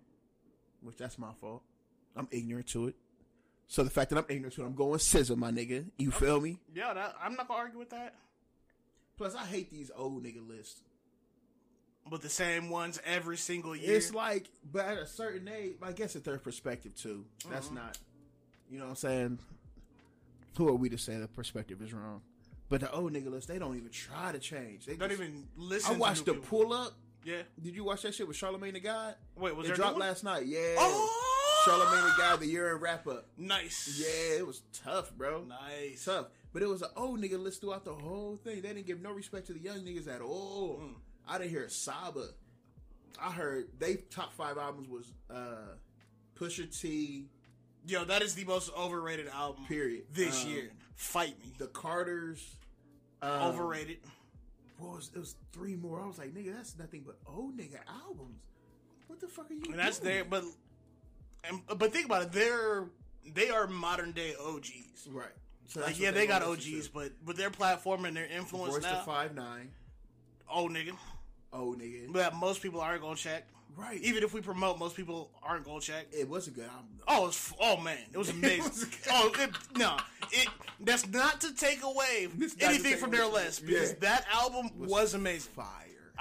Speaker 4: Which that's my fault. I'm ignorant to it. So the fact that I'm ignorant to it, I'm going scissor, my nigga. You feel me?
Speaker 3: Yeah, that, I'm not gonna argue with that.
Speaker 4: Plus, I hate these old nigga lists.
Speaker 3: But the same ones every single year.
Speaker 4: It's like, but at a certain age, I guess at their perspective too. That's not, you know what I'm saying? Who are we to say the perspective is wrong? But the old nigga list, they don't even try to change. They
Speaker 3: don't
Speaker 4: just-
Speaker 3: even listen.
Speaker 4: I
Speaker 3: to
Speaker 4: watched
Speaker 3: new
Speaker 4: the
Speaker 3: people.
Speaker 4: pull up.
Speaker 3: Yeah.
Speaker 4: Did you watch that shit with Charlemagne the God?
Speaker 3: Wait, was
Speaker 4: it
Speaker 3: there a
Speaker 4: dropped
Speaker 3: new one?
Speaker 4: last night. Yeah.
Speaker 3: Oh,
Speaker 4: Charlemagne the God, the year in wrap up.
Speaker 3: Nice.
Speaker 4: Yeah, it was tough, bro.
Speaker 3: Nice.
Speaker 4: Tough. But it was an old nigga list throughout the whole thing. They didn't give no respect to the young niggas at all.
Speaker 3: Mm.
Speaker 4: I didn't hear Saba. I heard they top five albums was uh Pusha T,
Speaker 3: Yo, that is the most overrated album.
Speaker 4: Period.
Speaker 3: This
Speaker 4: Um,
Speaker 3: year, fight me.
Speaker 4: The Carters. um,
Speaker 3: overrated.
Speaker 4: What was it was three more. I was like, nigga, that's nothing but old nigga albums. What the fuck are you?
Speaker 3: And that's
Speaker 4: doing?
Speaker 3: their but and but think about it, they're they are modern day OGs.
Speaker 4: Right. So
Speaker 3: Like
Speaker 4: that's
Speaker 3: yeah,
Speaker 4: what
Speaker 3: they got
Speaker 4: gonna listen
Speaker 3: OGs,
Speaker 4: to.
Speaker 3: but with their platform and their influence
Speaker 4: Voice
Speaker 3: now,
Speaker 4: to five nine.
Speaker 3: oh nigga,
Speaker 4: Oh nigga.
Speaker 3: that most people aren't gonna check.
Speaker 4: Right.
Speaker 3: Even if we promote, most people aren't gonna check.
Speaker 4: it was a good album. though.
Speaker 3: Oh, it's, oh man, it was amazing.
Speaker 4: was good.
Speaker 3: oh, it, no, it that's not to take away
Speaker 4: It's not to
Speaker 3: anything
Speaker 4: take
Speaker 3: from
Speaker 4: away
Speaker 3: their
Speaker 4: from
Speaker 3: list
Speaker 4: it.
Speaker 3: because
Speaker 4: Yeah.
Speaker 3: that album was, amazing.
Speaker 4: Fire.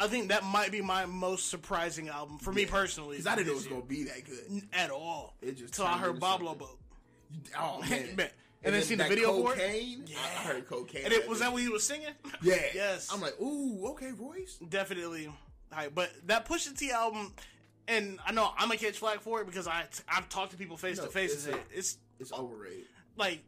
Speaker 3: I think that might be my most surprising album for me personally.
Speaker 4: Because I didn't know it
Speaker 3: this
Speaker 4: was gonna be that good.
Speaker 3: year. at all.
Speaker 4: It just
Speaker 3: till I
Speaker 4: turned
Speaker 3: heard
Speaker 4: into
Speaker 3: Bob
Speaker 4: something.
Speaker 3: Boat.
Speaker 4: Oh man.
Speaker 3: Man. And then seen the video for it?
Speaker 4: cocaine, Yeah. I heard cocaine.
Speaker 3: And it was that what he was singing?
Speaker 4: Yeah.
Speaker 3: Yes.
Speaker 4: I'm like, ooh, okay, Royce.
Speaker 3: Definitely. Hype. But that Pusha T album, and I know I'm gonna catch flag for it because I I've talked to people face
Speaker 4: No,
Speaker 3: to face.
Speaker 4: it's
Speaker 3: and
Speaker 4: a-
Speaker 3: said, It's
Speaker 4: It's overrated.
Speaker 3: like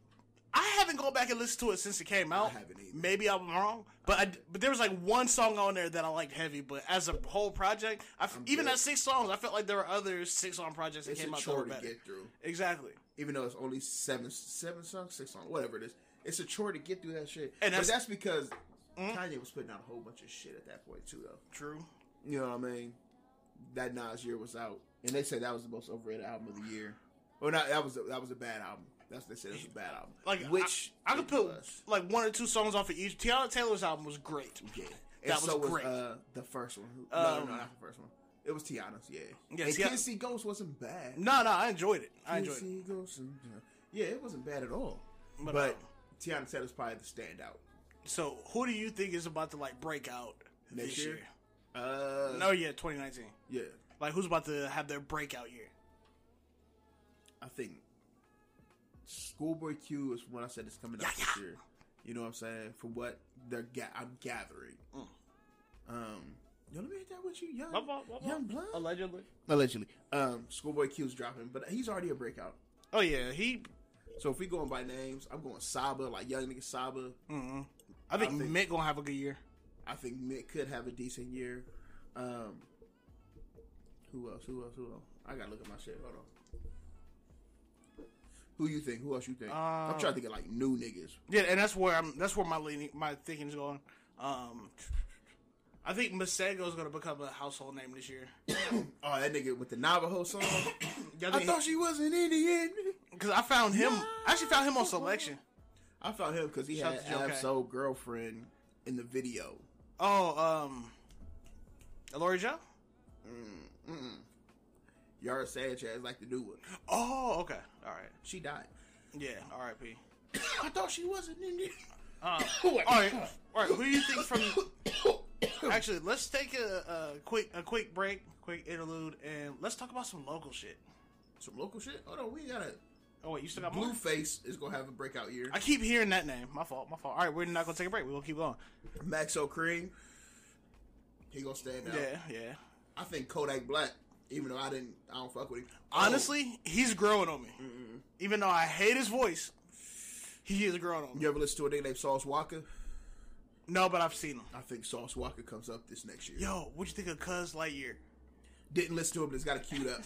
Speaker 3: I haven't gone back and listened to it since it came out.
Speaker 4: haven't either.
Speaker 3: Maybe I'm wrong, but I, but there was like one song on there that I liked heavy. But as a whole project, I f- even
Speaker 4: good.
Speaker 3: at six songs, I felt like there were other six song projects that
Speaker 4: It's
Speaker 3: came
Speaker 4: a
Speaker 3: out that were
Speaker 4: chore to
Speaker 3: better.
Speaker 4: get through.
Speaker 3: Exactly.
Speaker 4: Even though it's only seven seven songs, six songs, whatever it is. It's a chore to get through that shit.
Speaker 3: And
Speaker 4: And that's,
Speaker 3: that's- Mm.
Speaker 4: because Kanye was putting out a whole bunch of shit at that point too, though.
Speaker 3: True.
Speaker 4: You know what I mean? That Nas year was out, and they said that was the most overrated album of the year. Well, not that was a, that was a bad album. That's what they said. It was a bad album.
Speaker 3: Like
Speaker 4: which
Speaker 3: I, I could
Speaker 4: it
Speaker 3: put
Speaker 4: was.
Speaker 3: like one or two songs off of each. Tiana Taylor's album was great.
Speaker 4: Yeah,
Speaker 3: That
Speaker 4: and
Speaker 3: was
Speaker 4: so was
Speaker 3: great.
Speaker 4: uh, the first one. no, no, no,
Speaker 3: Um,
Speaker 4: not the first one. It was Tiana's. Yeah,
Speaker 3: Yeah,
Speaker 4: And
Speaker 3: Tia-
Speaker 4: Can't See Ghost wasn't bad.
Speaker 3: No, no, I enjoyed it. I
Speaker 4: Can't
Speaker 3: enjoyed it.
Speaker 4: See Ghost. and- Yeah, it wasn't bad at all.
Speaker 3: But,
Speaker 4: But,
Speaker 3: uh,
Speaker 4: Tiana said was probably the standout.
Speaker 3: So who do you think is about to like break out
Speaker 4: Next
Speaker 3: this
Speaker 4: year?
Speaker 3: year?
Speaker 4: Uh,
Speaker 3: No, yeah, 2019.
Speaker 4: yeah,
Speaker 3: Like who's about to have their breakout year?
Speaker 4: I think Schoolboy Q is when I said it's coming out
Speaker 3: Yeah,
Speaker 4: this
Speaker 3: yeah.
Speaker 4: year. You know what I'm saying? For what they're ga- I'm gathering.
Speaker 3: Mm.
Speaker 4: Um, yo, let me hit that with you, young, young blood.
Speaker 3: Allegedly.
Speaker 4: Allegedly, um, Schoolboy Q's dropping, but he's already a breakout.
Speaker 3: Oh yeah, he.
Speaker 4: So if we going by names, I'm going Saba, like young nigga Saba.
Speaker 3: mm I think,
Speaker 4: I think-
Speaker 3: Mick gonna have a good year.
Speaker 4: I think Mick could have a decent year. Um, who else? Who else? Who else? I gotta look at my shit. Hold on. Who you think? Who else you think? I'm
Speaker 3: Um,
Speaker 4: trying to get like new niggas.
Speaker 3: Yeah, and that's where I'm. That's where my leaning, my thinking is going. Um, I think Masego is gonna become a household name this year.
Speaker 4: Oh, that nigga with the Navajo song.
Speaker 3: Yeah,
Speaker 4: I thought she was an Indian.
Speaker 3: because I found him. I actually found him on selection.
Speaker 4: I found him because he had
Speaker 3: Shout out to Joe K.
Speaker 4: Ab Soul girlfriend in the video.
Speaker 3: Oh, um, Alora Joe.
Speaker 4: Yara Sanchez, like the new one.
Speaker 3: Oh, okay, all right.
Speaker 4: She died.
Speaker 3: Yeah, R.I.P.
Speaker 4: I thought she was an Indian.
Speaker 3: Uh,
Speaker 4: Oh my
Speaker 3: all right, all right. Who do you think from? Actually, let's take a, a quick a quick break, quick interlude, and let's talk about some local shit.
Speaker 4: Some local shit. Hold on, we got it.
Speaker 3: Oh wait, you still got more?
Speaker 4: Blueface is gonna have a breakout year.
Speaker 3: I keep hearing that name. My fault. My fault. All right, we're not gonna take a break. We're gonna keep going.
Speaker 4: Max O'Cream, he gonna stand out.
Speaker 3: Yeah, yeah.
Speaker 4: I think Kodak Black, even though I didn't, I don't fuck with him. Oh,
Speaker 3: Honestly, he's growing on me. Even though I hate his voice, he is growing on
Speaker 4: Oh,
Speaker 3: me.
Speaker 4: you ever listen to a nigga named Sauce Walker?
Speaker 3: No, but I've seen him.
Speaker 4: I think Sauce Walker comes up this next year.
Speaker 3: Yo, what you think of Cuz Lightyear?
Speaker 4: Didn't listen to him, but it's got it queued up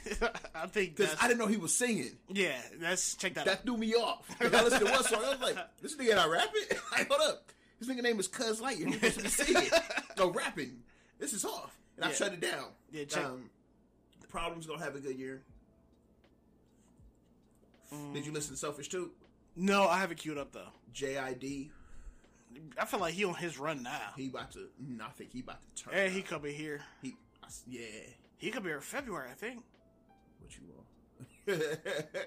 Speaker 3: I think
Speaker 4: because
Speaker 3: that's
Speaker 4: I didn't know he was singing.
Speaker 3: yeah. That's check that, out.
Speaker 4: That threw me off. Like, I listened to one song, I was like, "This nigga not rapping." Like, hold up, his nigga name is Cuz Lightyear. He's supposed to be singing, no rapping. This is off, and I
Speaker 3: Yeah.
Speaker 4: shut it down.
Speaker 3: Yeah, check-
Speaker 4: Um, Problems gonna have a good year. Did you
Speaker 3: Mm.
Speaker 4: listen to Selfish too?
Speaker 3: No, I have it queued up though.
Speaker 4: JID,
Speaker 3: I feel like he on his run now.
Speaker 4: he about to. mm, I think he about to turn.
Speaker 3: And he
Speaker 4: up.
Speaker 3: could be here.
Speaker 4: He- I s- yeah.
Speaker 3: He could be here in February, I think.
Speaker 4: What you want?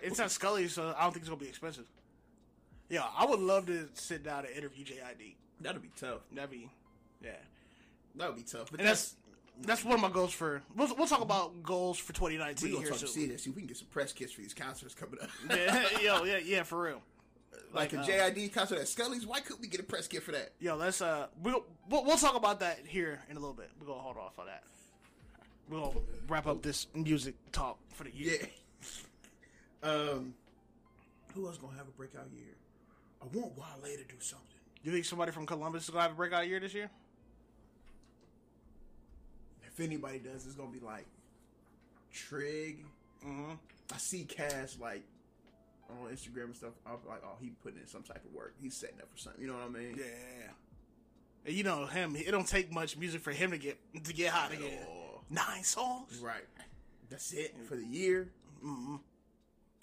Speaker 3: It's at Scully, so I don't think it's gonna be expensive. Yeah, I would love to sit down and interview JID.
Speaker 4: That'll be tough.
Speaker 3: That'd be, yeah.
Speaker 4: That'll be tough. But
Speaker 3: And that's that's one of my goals for. We'll, we'll talk about goals for
Speaker 4: we
Speaker 3: 2019
Speaker 4: gonna
Speaker 3: here
Speaker 4: talk to see
Speaker 3: soon.
Speaker 4: this. See if we can get some press kits for these concerts coming up.
Speaker 3: Yeah, yo, yeah, yeah, for real.
Speaker 4: like a
Speaker 3: uh,
Speaker 4: JID concert at Scully's. Why couldn't we get a press kit for that?
Speaker 3: Yo, let's uh, we'll we'll, we'll talk about that here in a little bit. We're gonna hold off on that. We'll wrap up this music talk for the year.
Speaker 4: Yeah. um, who else gonna have a breakout year? I want Wale to do something.
Speaker 3: You think somebody from Columbus is gonna have a breakout year this year?
Speaker 4: If anybody does, it's gonna be like Trig.
Speaker 3: Mm-hmm.
Speaker 4: I see Cass like on Instagram and stuff. I'm like, oh, he putting in some type of work. He's setting up for something. You know what I mean?
Speaker 3: Yeah. And you know him. It don't take much music for him to get to get hot
Speaker 4: At
Speaker 3: again.
Speaker 4: all.
Speaker 3: Nine songs.
Speaker 4: Right. That's it for the year.
Speaker 3: hmm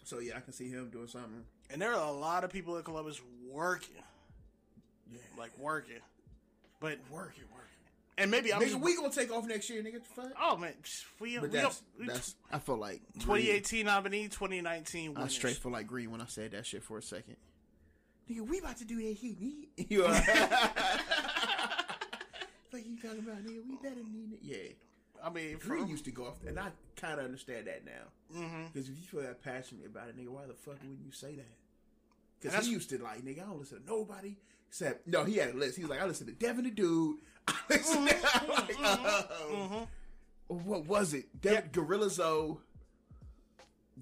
Speaker 4: So yeah, I can see him doing something.
Speaker 3: And there are a lot of people in Columbus working,
Speaker 4: Yeah.
Speaker 3: like working. But
Speaker 4: Work it, work
Speaker 3: and maybe I'm
Speaker 4: it.
Speaker 3: just
Speaker 4: Nigga, we gonna take off next year, nigga. Fuck.
Speaker 3: Oh man, psh, we, we
Speaker 4: But that's
Speaker 3: up- we
Speaker 4: that's. I feel like
Speaker 3: twenty
Speaker 4: Green-
Speaker 3: eighteen nominee, twenty nineteen
Speaker 4: I
Speaker 3: winners.
Speaker 4: straight feel like green when I said that shit for a second. Nigga, we about to do that shit. nigga. You are. What you talking about, nigga? We better need it. Yeah,
Speaker 3: I mean, for,
Speaker 4: green used to go off, and I kind of understand that now.
Speaker 3: Mhm.
Speaker 4: Because if you feel that passionate about it, nigga, why the fuck wouldn't you say that?
Speaker 3: And
Speaker 4: Because
Speaker 3: that's-
Speaker 4: he used to like, nigga, I don't listen to nobody except no. He had a list. He was like, I listen to Devin the Dude. I listen to,
Speaker 3: Mm-hmm.
Speaker 4: I'm like, um, What was it? Devin, Gorilla Zoe.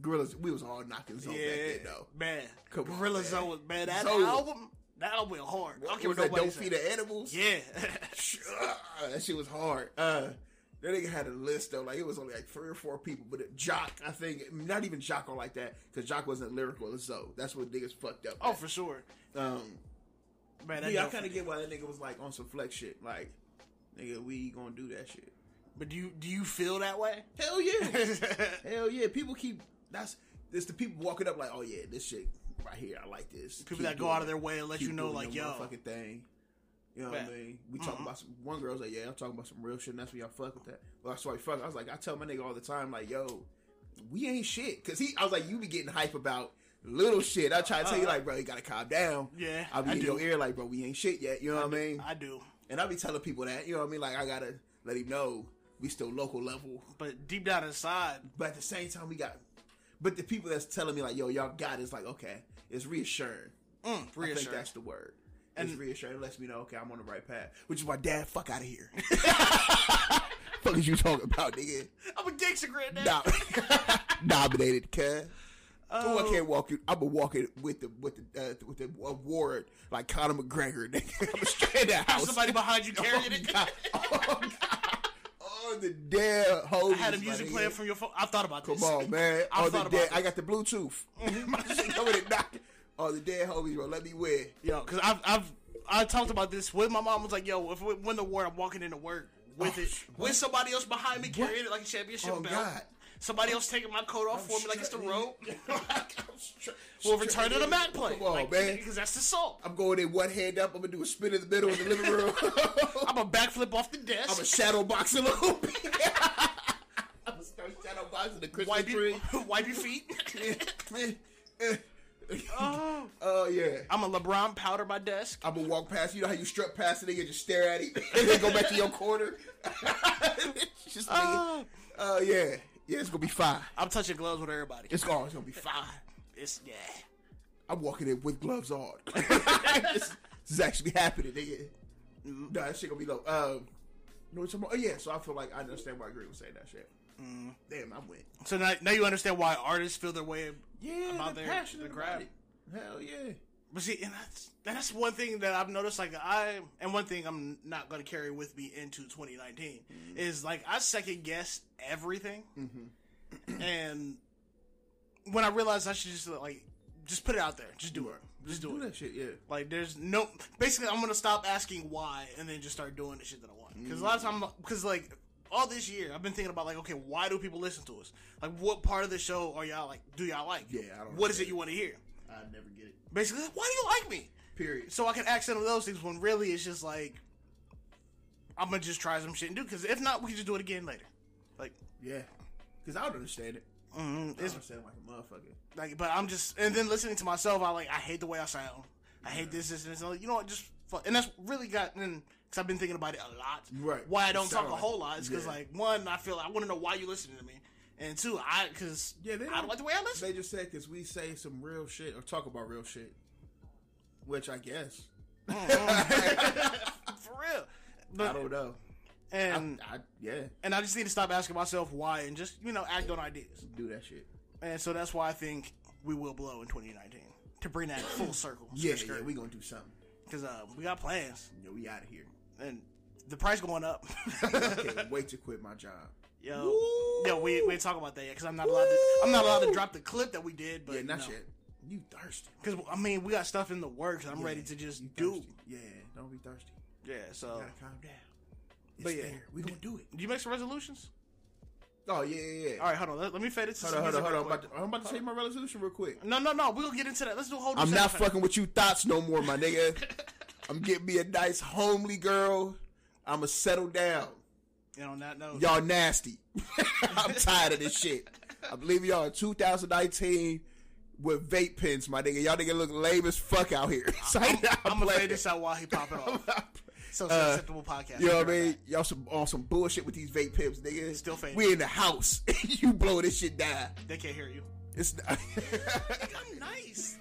Speaker 4: Gorillas. We was all knocking Zoe back
Speaker 3: yeah,
Speaker 4: then, though.
Speaker 3: man,
Speaker 4: Come on,
Speaker 3: Gorilla
Speaker 4: man.
Speaker 3: Zoe, was- man, that
Speaker 4: Zoe.
Speaker 3: album, that album went hard. I don't
Speaker 4: What
Speaker 3: care
Speaker 4: was
Speaker 3: what
Speaker 4: that?
Speaker 3: nobody
Speaker 4: Don't
Speaker 3: said.
Speaker 4: feed the animals.
Speaker 3: Yeah,
Speaker 4: Ah, that shit was hard. Uh, that nigga had a list though. Like it was only like three or four people, but it, Jock, I think, not even Jocko like that, because Jock wasn't lyrical. So that's what niggas fucked up.
Speaker 3: oh
Speaker 4: at.
Speaker 3: for sure.
Speaker 4: Um,
Speaker 3: Man, Oh, that
Speaker 4: Yeah, I
Speaker 3: don't-
Speaker 4: kind of get why that nigga was like on some flex shit. Like, nigga, we gonna do that shit.
Speaker 3: But do you do you feel that way?
Speaker 4: Hell yeah, hell yeah. People keep that's it's the people walking up like, oh yeah, this shit right here, I like this.
Speaker 3: People
Speaker 4: Keep
Speaker 3: that go
Speaker 4: doing
Speaker 3: out of
Speaker 4: it.
Speaker 3: their way and let
Speaker 4: Keep
Speaker 3: you know,
Speaker 4: doing
Speaker 3: like,
Speaker 4: your
Speaker 3: yo, Mm-hmm.
Speaker 4: motherfucking thing. You know what I
Speaker 3: Bet.
Speaker 4: mean? We talking about some, one girl's like, yeah, I'm talking about some real shit. and That's why y'all fuck with that. Well, that's why we fuck. I was like, I tell my nigga all the time, like, yo, we ain't shit. Cause he, I was like, you be getting hype about little shit. I try to tell you, like, bro, you gotta calm down.
Speaker 3: Yeah,
Speaker 4: I'll be
Speaker 3: Uh-huh. I
Speaker 4: in
Speaker 3: do.
Speaker 4: your ear, like, bro, we ain't shit yet. You know what I mean?
Speaker 3: I do.
Speaker 4: And I be telling people that, you know what I mean? Like I gotta let him know we still local level.
Speaker 3: But deep down inside,
Speaker 4: But at the same time we got but the people that's telling me like, yo, y'all got it, it's like, okay, it's reassuring.
Speaker 3: mm,
Speaker 4: I think
Speaker 3: reassured.
Speaker 4: that's the word. it's
Speaker 3: And-
Speaker 4: reassuring. It lets me know, okay, I'm on the right path. Which is why dad, fuck out of here. fuck is you talking about, nigga?
Speaker 3: I'm a gangster granddad.
Speaker 4: Dom- dominated, cuz. Ooh, I
Speaker 3: Oh.
Speaker 4: can't walk you. I'm gonna walk it with the with the uh, with the award like Conor McGregor. Nigga. I'm straight out.
Speaker 3: There's somebody behind you
Speaker 4: Oh,
Speaker 3: carrying it.
Speaker 4: God. Oh, God. Oh, the damn hoes.
Speaker 3: I had a music playing from your phone. I've thought about this.
Speaker 4: Come on, man.
Speaker 3: I
Speaker 4: oh,
Speaker 3: thought
Speaker 4: the
Speaker 3: about
Speaker 4: dead.
Speaker 3: this.
Speaker 4: I got the Bluetooth. My shit coming and knocking. Oh, the dead homies, bro. Let me wear.
Speaker 3: Yo, because I've I've I talked about this with my mom. I was like, yo, if we win the war, I'm walking into work with
Speaker 4: Oh,
Speaker 3: it,
Speaker 4: sh-
Speaker 3: with somebody else behind me carrying it like a championship
Speaker 4: Oh,
Speaker 3: belt.
Speaker 4: God.
Speaker 3: Somebody else taking my coat off for me like it's the rope.
Speaker 4: we'll
Speaker 3: We'll return to the mat play.
Speaker 4: Come on, man.
Speaker 3: Because that's the salt.
Speaker 4: I'm going in one hand up. I'm gonna do a spin in the middle of the living room. I'm
Speaker 3: I'm a backflip off the desk.
Speaker 4: gonna shadow box a little bit. I'm gonna start shadow boxing the Christmas
Speaker 3: wipe, your,
Speaker 4: tree.
Speaker 3: wipe your feet. oh.
Speaker 4: oh yeah.
Speaker 3: I'm a LeBron powder my desk.
Speaker 4: I'm gonna walk past. You know how you strut past a nigga, just stare at him, and then go back to your corner. just nigga.
Speaker 3: Oh.
Speaker 4: Oh yeah, yeah. It's gonna be fine.
Speaker 3: I'm touching gloves with everybody. Ah,
Speaker 4: It's gone. It's gonna be fine.
Speaker 3: It's yeah.
Speaker 4: I'm walking in with gloves on. this, this is actually happening, nigga. No, that shit gonna be low. Um, you know what I'm- oh yeah. So I feel like I understand why Green was saying that shit. Damn, I went.
Speaker 3: So now, now you understand why artists feel their way.
Speaker 4: Yeah,
Speaker 3: About
Speaker 4: they're
Speaker 3: their-
Speaker 4: passionate
Speaker 3: their
Speaker 4: about
Speaker 3: craft.
Speaker 4: it. Hell yeah.
Speaker 3: But see, and that's that's one thing that I've noticed. Like I, and one thing I'm not going to carry with me into 2019 is like I second guess everything, and when I realized I should just like just put it out there, just do it, just do it.
Speaker 4: that shit. Yeah.
Speaker 3: Like there's no basically I'm gonna stop asking why and then just start doing the shit that I want. Because a lot of time because like all this year I've been thinking about like okay why do people listen to us? Like what part of the show are y'all like do y'all like?
Speaker 4: Yeah, I don't
Speaker 3: What is
Speaker 4: get
Speaker 3: it you want to hear?
Speaker 4: I never get it.
Speaker 3: Basically, like, why do you like me?
Speaker 4: Period.
Speaker 3: So I can ask some of those things when really it's just like I'm gonna just try some shit and do because if not we can just do it again later. Like
Speaker 4: Yeah. Cause I don't understand it.
Speaker 3: mm,
Speaker 4: I
Speaker 3: it's
Speaker 4: understand like a motherfucker.
Speaker 3: like but I'm just and then listening to myself I like I hate the way I sound. I hate this, this, and this. I'm like, you know what? Just fuck. and that's really gotten because I've been thinking about it a lot.
Speaker 4: Right.
Speaker 3: Why I don't
Speaker 4: Sound
Speaker 3: talk a
Speaker 4: like-
Speaker 3: whole lot is because
Speaker 4: yeah.
Speaker 3: like one, I feel I want to know why you listening to me, and two, I because
Speaker 4: Yeah, they
Speaker 3: I
Speaker 4: don't-
Speaker 3: don't like the way I listen.
Speaker 4: They just said because we say some real shit or talk about real shit, which I guess
Speaker 3: For real.
Speaker 4: I
Speaker 3: But,
Speaker 4: don't know. I,
Speaker 3: and
Speaker 4: I yeah,
Speaker 3: and I just need to stop asking myself why and just you know act on ideas.
Speaker 4: do that shit.
Speaker 3: And so that's why I think we will blow in 2019 to bring that full circle.
Speaker 4: Yeah, yeah, we gonna do something.
Speaker 3: because uh, we got plans
Speaker 4: Yeah, we out of here.
Speaker 3: and the price going up.
Speaker 4: I can't wait to quit my job.
Speaker 3: Yo, yo, we we ain't talking about that yet because I'm not allowed to. I'm not allowed to drop the clip that we did, but
Speaker 4: Yeah, not
Speaker 3: no.
Speaker 4: shit. You thirsty?
Speaker 3: Because I mean, we got stuff in the works. I'm ready to just
Speaker 4: You
Speaker 3: do.
Speaker 4: thirsty. Yeah, don't be thirsty.
Speaker 3: Yeah. So,
Speaker 4: Gotta calm down. It's
Speaker 3: But yeah.
Speaker 4: there. We gonna do it.
Speaker 3: do you make some resolutions?
Speaker 4: Oh yeah, yeah, yeah.
Speaker 3: All right, hold on. Let, let me fade it. To
Speaker 4: Hold
Speaker 3: some
Speaker 4: on, hold on,
Speaker 3: music
Speaker 4: hold on.
Speaker 3: real
Speaker 4: I'm about
Speaker 3: quick.
Speaker 4: to, I'm about to tell you my resolution real quick.
Speaker 3: No, no, no. We're gonna get into that. Let's do a whole.
Speaker 4: I'm
Speaker 3: new
Speaker 4: not
Speaker 3: segment.
Speaker 4: fucking with you thoughts no more, my nigga. I'm getting me a nice homely girl. I'ma settle down.
Speaker 3: And on that note,
Speaker 4: Y'all nasty. I'm tired of this shit. I believe y'all in 2019 with vape pens, my nigga. Y'all nigga look lame as fuck out here. So I'm,
Speaker 3: I'm gonna
Speaker 4: playing.
Speaker 3: fade this out while he pop it off. So it's
Speaker 4: Uh,
Speaker 3: acceptable podcast.
Speaker 4: You know
Speaker 3: We'll
Speaker 4: what
Speaker 3: be
Speaker 4: I
Speaker 3: right
Speaker 4: mean?
Speaker 3: back.
Speaker 4: Y'all some on some bullshit with these vape pens, nigga.
Speaker 3: Still fading.
Speaker 4: We in the house. you blow this shit down.
Speaker 3: They can't hear you.
Speaker 4: It's not.
Speaker 3: I'm nice.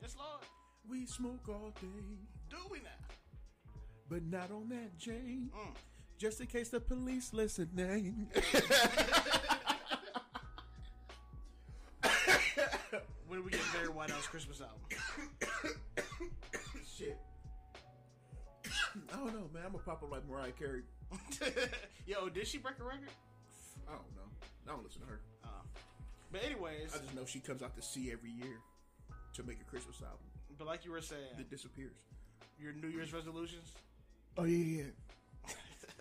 Speaker 3: Yes, Lord.
Speaker 4: We smoke all day,
Speaker 3: Do we now?
Speaker 4: but not on that J.
Speaker 3: Mm.
Speaker 4: Just in case the police eh? listening.
Speaker 3: When did we get Barry Whitehouse Christmas album?
Speaker 4: Shit. I don't know, man. I'm gonna pop up like Mariah Carey.
Speaker 3: Yo, did she break a record?
Speaker 4: I don't know. I don't listen to her.
Speaker 3: Oh. But anyways,
Speaker 4: I just know she comes out to sea every year to make a Christmas album
Speaker 3: but like you were saying,
Speaker 4: that disappears.
Speaker 3: your New Year's resolutions.
Speaker 4: Oh yeah, yeah.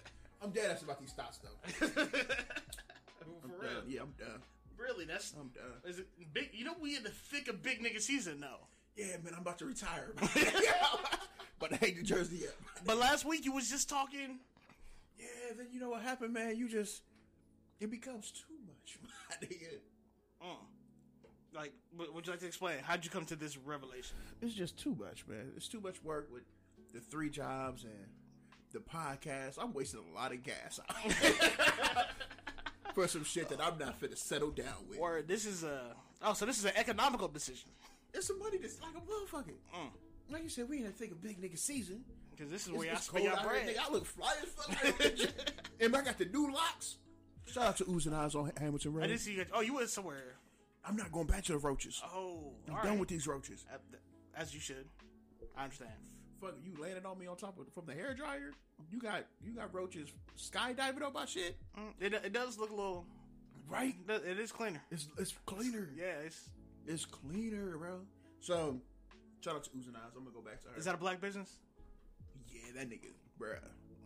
Speaker 4: I'm dead ass about these thoughts though.
Speaker 3: For
Speaker 4: I'm
Speaker 3: real,
Speaker 4: done. Yeah, I'm done.
Speaker 3: really? That's
Speaker 4: I'm done.
Speaker 3: is it big. You know, we in the thick of big nigga season though.
Speaker 4: Yeah, man, I'm about to retire. but I hate New Jersey up.
Speaker 3: But last week you was just talking.
Speaker 4: Yeah, then you know what happened, man. You just it becomes too much, my nigga.
Speaker 3: Mm. Like, would would you like to explain? How'd you come to this revelation?
Speaker 4: It's just too much, man. It's too much work with the three jobs and the podcast. I'm wasting a lot of gas for some shit that I'm not finna settle down with.
Speaker 3: Or this is a oh, so this is an economical decision
Speaker 4: It's some money that's like a motherfucker.
Speaker 3: Mm.
Speaker 4: Like you said, we ain't think of big nigga season.
Speaker 3: because this is
Speaker 4: It's,
Speaker 3: where y'all
Speaker 4: it's
Speaker 3: spend
Speaker 4: cold
Speaker 3: y'all
Speaker 4: out here,
Speaker 3: bread.
Speaker 4: nigga. I look fly as fuck. and I got the new locks. Shout out to Ooze and Eyes on Hamilton
Speaker 3: I didn't
Speaker 4: Road.
Speaker 3: see you. Got, oh, you was somewhere.
Speaker 4: I'm not going back to the roaches.
Speaker 3: Oh,
Speaker 4: I'm
Speaker 3: all
Speaker 4: done
Speaker 3: right.
Speaker 4: with these roaches.
Speaker 3: As- As you should. I understand.
Speaker 4: Fuck, you landed on me on top of from the hair dryer. You got you got roaches skydiving on my shit,
Speaker 3: Mm, It, it does look a little.
Speaker 4: right?
Speaker 3: it does- It is cleaner.
Speaker 4: It's it's cleaner.
Speaker 3: Yeah, it's.
Speaker 4: It's cleaner, bro. So shout out to Ooze and Eyes. I'm gonna go back to her.
Speaker 3: Is that a black business?
Speaker 4: yeah, that nigga, bruh.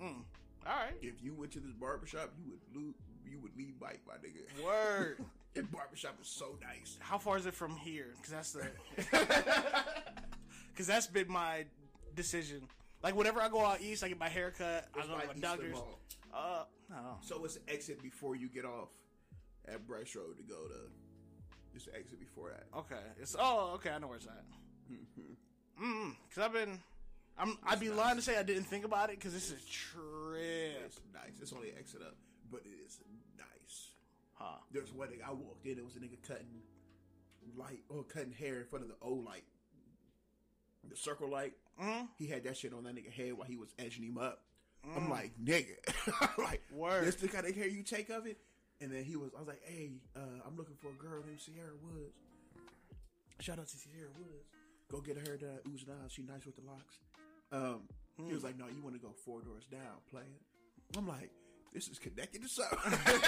Speaker 3: Mm. All right.
Speaker 4: If you went to this barbershop, you would lose. You would leave bike, my nigga.
Speaker 3: Word.
Speaker 4: That barbershop is so nice.
Speaker 3: How far is it from here? Because that's the. Because that's been my decision. Like whenever I go out east, I get my hair cut. I
Speaker 4: It's
Speaker 3: go
Speaker 4: by
Speaker 3: to my
Speaker 4: Eastern
Speaker 3: doctor's.
Speaker 4: Mall.
Speaker 3: Uh, no.
Speaker 4: So it's an exit before you get off at Bryce Road to go to. It's an exit before that.
Speaker 3: Okay. It's oh okay. I know where it's at. Mm. Because I've been. I'm. I'd be lying to say I didn't think about it because this is a trip.
Speaker 4: It's nice. It's only an exit up, but it is nice.
Speaker 3: Huh.
Speaker 4: There's one nigga I walked in. It was a nigga cutting light or cutting hair in front of the old light, the circle light.
Speaker 3: Mm.
Speaker 4: He had that shit on that nigga head while he was edging him up. I'm like, nigga, I'm like,
Speaker 3: Word.
Speaker 4: This the kind of hair you take of it. And then he was, I was like, hey, uh, I'm looking for a girl named Sierra Woods. Shout out to Sierra Woods. Go get her done. Ooze and eyes. She nice with the locks. Um, He was like, no, you want to go four doors down, player. I'm like, this is connected to something.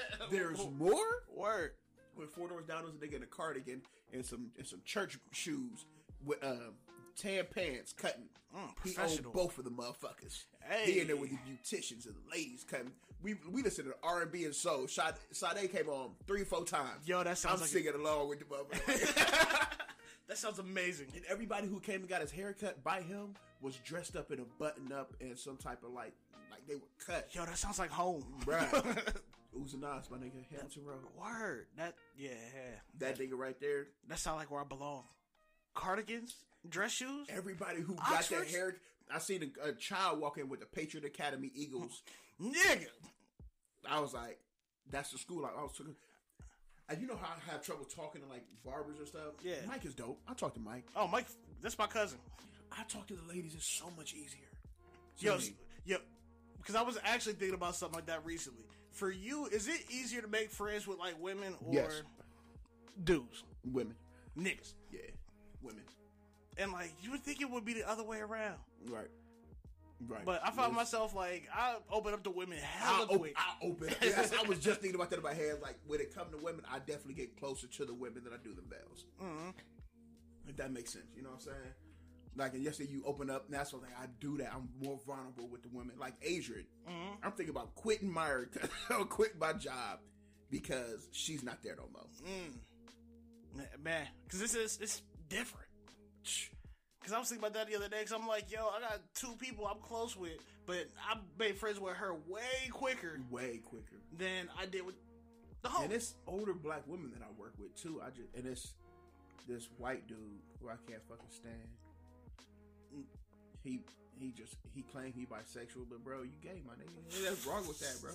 Speaker 4: There's more.
Speaker 3: Word.
Speaker 4: With four doors down, there was a nigga in a cardigan and some and some church shoes with um tan pants cutting.
Speaker 3: Mm,
Speaker 4: he
Speaker 3: professional.
Speaker 4: owned both of the motherfuckers.
Speaker 3: Hey.
Speaker 4: He in there with the beauticians and the ladies cutting. We we listened to R and B and soul. Sade, Sade came on three four times.
Speaker 3: Yo, that sounds
Speaker 4: I'm
Speaker 3: like a-
Speaker 4: singing along with the motherfucker.
Speaker 3: That sounds amazing.
Speaker 4: and everybody who came and got his haircut by him was dressed up in a button up and some type of like like they were cut.
Speaker 3: Yo, that sounds like home.
Speaker 4: Bruh. Uzi Nas, my nigga, Hamilton Road.
Speaker 3: Word. That yeah.
Speaker 4: That nigga right there,
Speaker 3: That sounds like where I belong. Cardigans, dress shoes.
Speaker 4: Everybody who got
Speaker 3: Oxfords?
Speaker 4: their hair, I seen a, a child walking with the Patriot Academy Eagles.
Speaker 3: Nigga.
Speaker 4: I was like, that's the school. I, I was talking. And you know how I have trouble talking to like barbers and stuff.
Speaker 3: Yeah.
Speaker 4: Mike is dope. I talk to Mike.
Speaker 3: Oh, Mike, that's my cousin.
Speaker 4: I talk to the ladies. It's so much easier.
Speaker 3: Yo,
Speaker 4: To
Speaker 3: s-
Speaker 4: me.
Speaker 3: yo. Because I was actually thinking about something like that recently. For you, is it easier to make friends with like women or
Speaker 4: Yes.
Speaker 3: dudes,
Speaker 4: women.
Speaker 3: niggas?
Speaker 4: Yeah, women.
Speaker 3: And like you would think it would be the other way around,
Speaker 4: Right. Right.
Speaker 3: but I found
Speaker 4: Yes.
Speaker 3: myself like I open up to women
Speaker 4: I,
Speaker 3: hella
Speaker 4: op-
Speaker 3: quick.
Speaker 4: I open. Yes, I was just thinking about that in my head. Like when it comes to women, I definitely get closer to the women than I do the males.
Speaker 3: Mhm.
Speaker 4: If that makes sense, you know what I'm saying? Like and yesterday, you open up. And that's what like, I do. That I'm more vulnerable with the women. Like Adrian,
Speaker 3: Mm-hmm.
Speaker 4: I'm thinking about quitting my quit my job because she's not there no more.
Speaker 3: Ma- Mm. man, because this is it's different. Because I was thinking about that the other day. Because I'm like, yo, I got two people I'm close with, but I made friends with her way quicker
Speaker 4: Way quicker.
Speaker 3: than I did with the whole.
Speaker 4: And it's older black women that I work with too. I just and it's this white dude who I can't fucking stand. He he just he claimed he bisexual, but bro, you gay, my nigga. Ain't That's wrong with that, bro.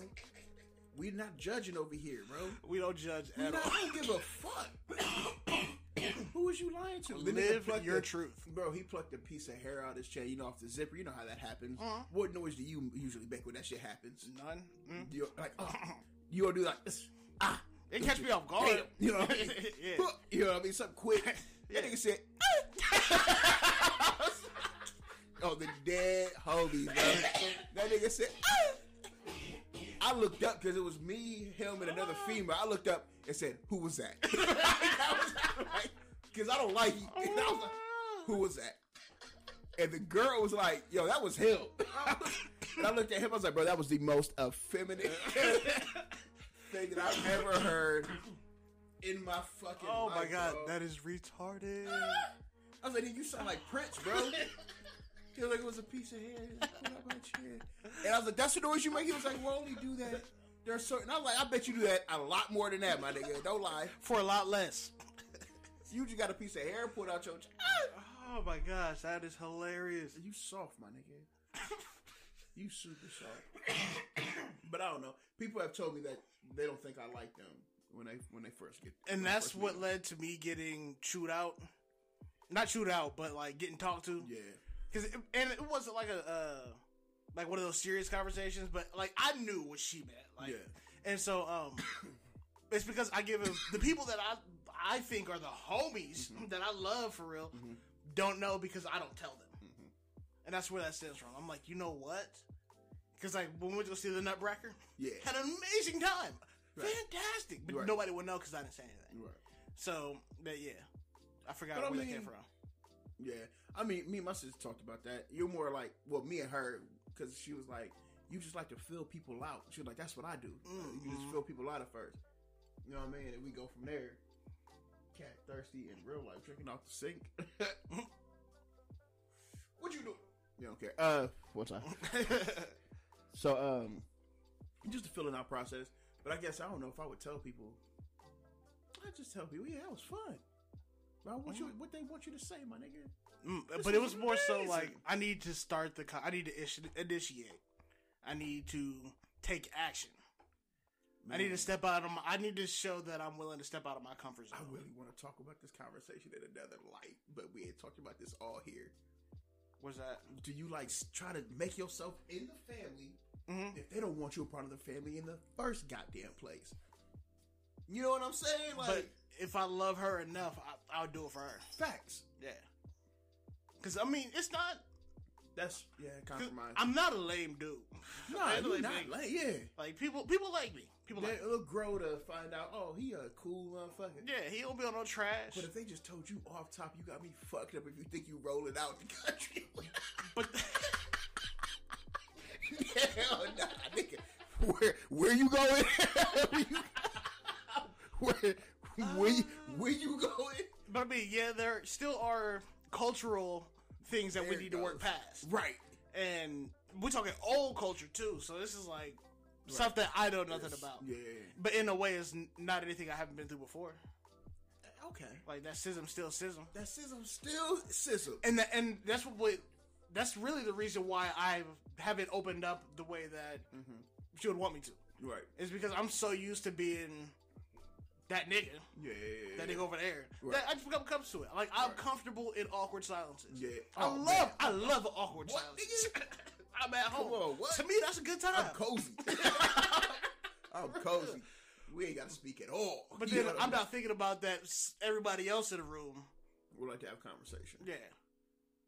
Speaker 4: We not judging over here, bro.
Speaker 3: we don't judge
Speaker 4: We
Speaker 3: at
Speaker 4: not,
Speaker 3: all.
Speaker 4: I don't give a fuck. who is you lying to? Then nigga
Speaker 3: Live
Speaker 4: plucked
Speaker 3: your
Speaker 4: a-
Speaker 3: truth.
Speaker 4: Bro, he plucked a piece of hair out his chain, you know, off the zipper. You know how that happens.
Speaker 3: Uh-huh.
Speaker 4: What noise do you usually make when that shit happens?
Speaker 3: None. Mm.
Speaker 4: You're like, uh, you will do like, this. ah,
Speaker 3: It catch me off guard.
Speaker 4: Damn. You know what I mean?
Speaker 3: Yeah.
Speaker 4: Huh, You know what I mean? Something quick.
Speaker 3: Yeah.
Speaker 4: That nigga said, "Ah!" oh, the dead homies, bro. that nigga said, "Ah." I looked up because it was me, him, and
Speaker 3: Ah.
Speaker 4: another female. I looked up and said, who was that? Because I don't like you. And I was like,
Speaker 3: Ah.
Speaker 4: who was that? And the girl was like, yo, that was him.
Speaker 3: Oh.
Speaker 4: and I looked at him, I was like, bro, that was the most effeminate thing that I've ever heard in my fucking
Speaker 3: Oh
Speaker 4: life.
Speaker 3: my god,
Speaker 4: bro.
Speaker 3: that is retarded.
Speaker 4: I was like, "Nigga, you sound like Prince, bro. he was like, it was a piece of hair. Put up my chair. And I was like, that's the noise you make? He was like, well, only do that. There's certain. I was like, I bet you do that a lot more than that, my nigga. Don't lie.
Speaker 3: For a lot less.
Speaker 4: You just got a piece of hair pulled out your. Ch-
Speaker 3: Oh my gosh, that is hilarious.
Speaker 4: you soft, my nigga. You super soft. but I don't know. People have told me that they don't think I like them when they when they first get.
Speaker 3: And
Speaker 4: when I
Speaker 3: that's
Speaker 4: first meet
Speaker 3: what
Speaker 4: them.
Speaker 3: led to me getting chewed out. Not chewed out, but like getting talked to.
Speaker 4: Yeah.
Speaker 3: Cause it, and it wasn't like a uh, like one of those serious conversations, but like I knew what she meant. Like,
Speaker 4: Yeah.
Speaker 3: and so um, it's because I give him the people that I I think are the homies
Speaker 4: Mm-hmm.
Speaker 3: that I love for real don't know because I don't tell them,
Speaker 4: Mm-hmm.
Speaker 3: and that's where that stems from. I'm like, you know what? Because like when we went to go see the Nutcracker,
Speaker 4: Yeah.
Speaker 3: had an amazing time,
Speaker 4: Right.
Speaker 3: fantastic, but
Speaker 4: Right.
Speaker 3: nobody would know because I didn't say anything.
Speaker 4: Right.
Speaker 3: So, but yeah, I forgot
Speaker 4: But I
Speaker 3: where that came
Speaker 4: mean,
Speaker 3: from.
Speaker 4: Yeah, I mean, me and my sister talked about that. You're more like, well, me and her, because she was like, you just like to fill people out. She was like, that's what I do.
Speaker 3: mm,
Speaker 4: Uh, You
Speaker 3: Mm-hmm.
Speaker 4: just fill people out at first. You know what I mean? And we go from there. Cat thirsty in real life, drinking off the sink. what you do? You don't care. Uh, one time. so, um, just a filling out process. But I guess I don't know if I would tell people. I just tell people, yeah, that was fun. But I want you, what they want you to say, my nigga.
Speaker 3: Mm,
Speaker 4: This
Speaker 3: but it
Speaker 4: was
Speaker 3: was more so
Speaker 4: amazing.
Speaker 3: like I need to start the. co- I need to ishi- initiate. I need to take action. I need to step out of. My, I need to show that I'm willing to step out of my comfort
Speaker 4: I
Speaker 3: zone.
Speaker 4: really want to talk about this conversation in another light, but we ain't talked about this all here.
Speaker 3: What's that?
Speaker 4: Do you like s- try to make yourself in the family
Speaker 3: Mhm.
Speaker 4: if they don't want you a part of the family in the first goddamn place? You know what I'm saying? Like
Speaker 3: but if I love her enough, I, I'll do it for her.
Speaker 4: facts.
Speaker 3: Yeah. Because I mean, it's not.
Speaker 4: That's yeah,
Speaker 3: 'cause
Speaker 4: compromise.
Speaker 3: I'm not a lame dude.
Speaker 4: nah,
Speaker 3: I'm
Speaker 4: you
Speaker 3: really
Speaker 4: not
Speaker 3: big.
Speaker 4: like yeah.
Speaker 3: Like people, people like me. People like.
Speaker 4: Then it'll grow to find out. Oh, he a cool motherfucker.
Speaker 3: Yeah, he don't be on no trash.
Speaker 4: But if they just told you off top, you got me fucked up. If you think you rolling out the country,
Speaker 3: But
Speaker 4: Hell nah, nigga. Where where you going? where you, where, where, you, where you going?
Speaker 3: but I mean, yeah, there still are cultural things that we
Speaker 4: There it
Speaker 3: need to work
Speaker 4: goes.
Speaker 3: past.
Speaker 4: Right.
Speaker 3: and we're talking old culture too. So this is like stuff that I know nothing about.
Speaker 4: Yeah.
Speaker 3: But in a way, it's n- not anything I haven't been through before.
Speaker 4: Okay.
Speaker 3: Like that schism, still schism,
Speaker 4: That sizzle still sizzle.
Speaker 3: and that and that's what we, that's really the reason why I haven't opened up the way that
Speaker 4: Mm-hmm.
Speaker 3: she would want me to.
Speaker 4: Right.
Speaker 3: Is because I'm so used to being that nigga,
Speaker 4: Yeah.
Speaker 3: that nigga over there.
Speaker 4: Right.
Speaker 3: That I just become comes to it. Like I'm comfortable in awkward silences.
Speaker 4: Yeah.
Speaker 3: I
Speaker 4: Oh,
Speaker 3: love
Speaker 4: man.
Speaker 3: I love awkward
Speaker 4: What,
Speaker 3: silences. I'm at home.
Speaker 4: on, what?
Speaker 3: To me, that's a good time.
Speaker 4: I'm cozy. I'm cozy. We ain't got to speak at all.
Speaker 3: But
Speaker 4: You
Speaker 3: then
Speaker 4: know what I
Speaker 3: I'm
Speaker 4: mean?
Speaker 3: not thinking about that s- everybody else in the room.
Speaker 4: We like to have conversation.
Speaker 3: Yeah,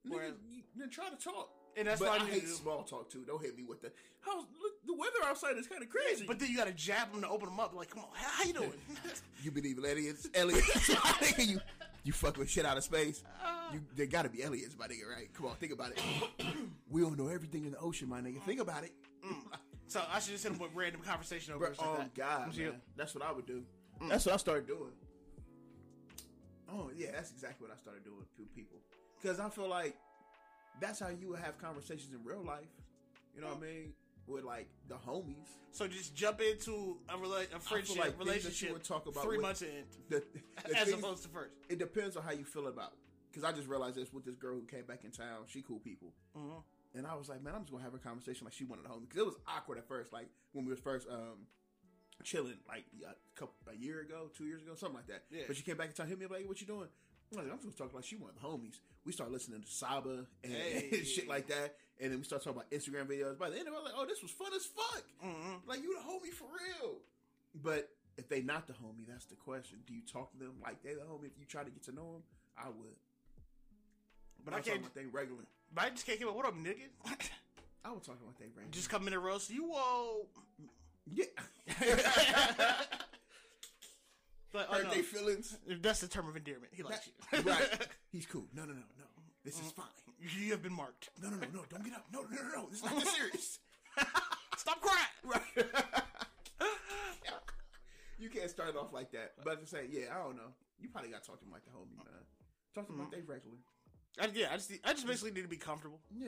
Speaker 4: Nigga, you- then try to talk.
Speaker 3: and that's
Speaker 4: but
Speaker 3: what
Speaker 4: I,
Speaker 3: I, need
Speaker 4: hate
Speaker 3: to do.
Speaker 4: small talk too. Don't hit me with the how look, the weather outside is kind of crazy.
Speaker 3: But then you got to jab them to open them up. Like, come on, how, how you doing?
Speaker 4: You believe in aliens? Aliens? you you fuck with shit out of space. You there gotta be aliens, my nigga, right? Come on, think about it. we don't know everything in the ocean, my nigga. Think about it.
Speaker 3: so I should just hit them with random conversation over
Speaker 4: Bro,
Speaker 3: like
Speaker 4: oh
Speaker 3: that.
Speaker 4: god,
Speaker 3: See,
Speaker 4: man. that's what I would do.
Speaker 3: Mm.
Speaker 4: That's what I started doing. Oh yeah, that's exactly what I started doing to people because I feel like that's how you would have conversations in real life. You know what I mean? With like the homies.
Speaker 3: So just jump into a, rela- a friendship
Speaker 4: like things that you
Speaker 3: relationship.
Speaker 4: would talk about
Speaker 3: three
Speaker 4: with-
Speaker 3: months in,
Speaker 4: The, the
Speaker 3: as
Speaker 4: things-
Speaker 3: opposed to first.
Speaker 4: it depends on how you feel about. Because I just realized this with this girl who came back in town. She cool people,
Speaker 3: Mm-hmm.
Speaker 4: and I was like, man, I'm just gonna have a conversation like she wanted home because it was awkward at first. Like when we was first um chilling, like yeah, a couple a year ago, two years ago, something like that.
Speaker 3: Yeah.
Speaker 4: But she came back in town, hit me up like, what you doing? I'm like, I'm just talking like she one of the homies. We start listening to Saba and,
Speaker 3: Hey.
Speaker 4: shit like that, and then we start talking about Instagram videos. By the end of it, I was like, oh, this was fun as fuck.
Speaker 3: Mm-hmm.
Speaker 4: Like you the homie for real. But if they not the homie, that's the question. Do you talk to them like they the homie? If you try to get to know them, I would.
Speaker 3: But
Speaker 4: I
Speaker 3: I
Speaker 4: would talk
Speaker 3: can't.
Speaker 4: about they regular.
Speaker 3: But I just can't keep up. What up, nigga?
Speaker 4: I would talk about they regular.
Speaker 3: just come in and roast you. Whoa.
Speaker 4: yeah.
Speaker 3: But oh,
Speaker 4: Hurt
Speaker 3: no.
Speaker 4: they feelings.
Speaker 3: That's the term of endearment. He likes you.
Speaker 4: Right. He's cool. No, no, no, no. This is fine.
Speaker 3: you have been marked.
Speaker 4: No, no, no, no. Don't get up. No, no, no, no. This is not this serious.
Speaker 3: Stop crying.
Speaker 4: Right. you can't start it off like that. But to say, yeah, I don't know. You probably got to talk to them like the homie, man. Talk to them like
Speaker 3: Mm-hmm.
Speaker 4: they regular.
Speaker 3: I, yeah, I just need- I just basically need to be comfortable.
Speaker 4: Yeah.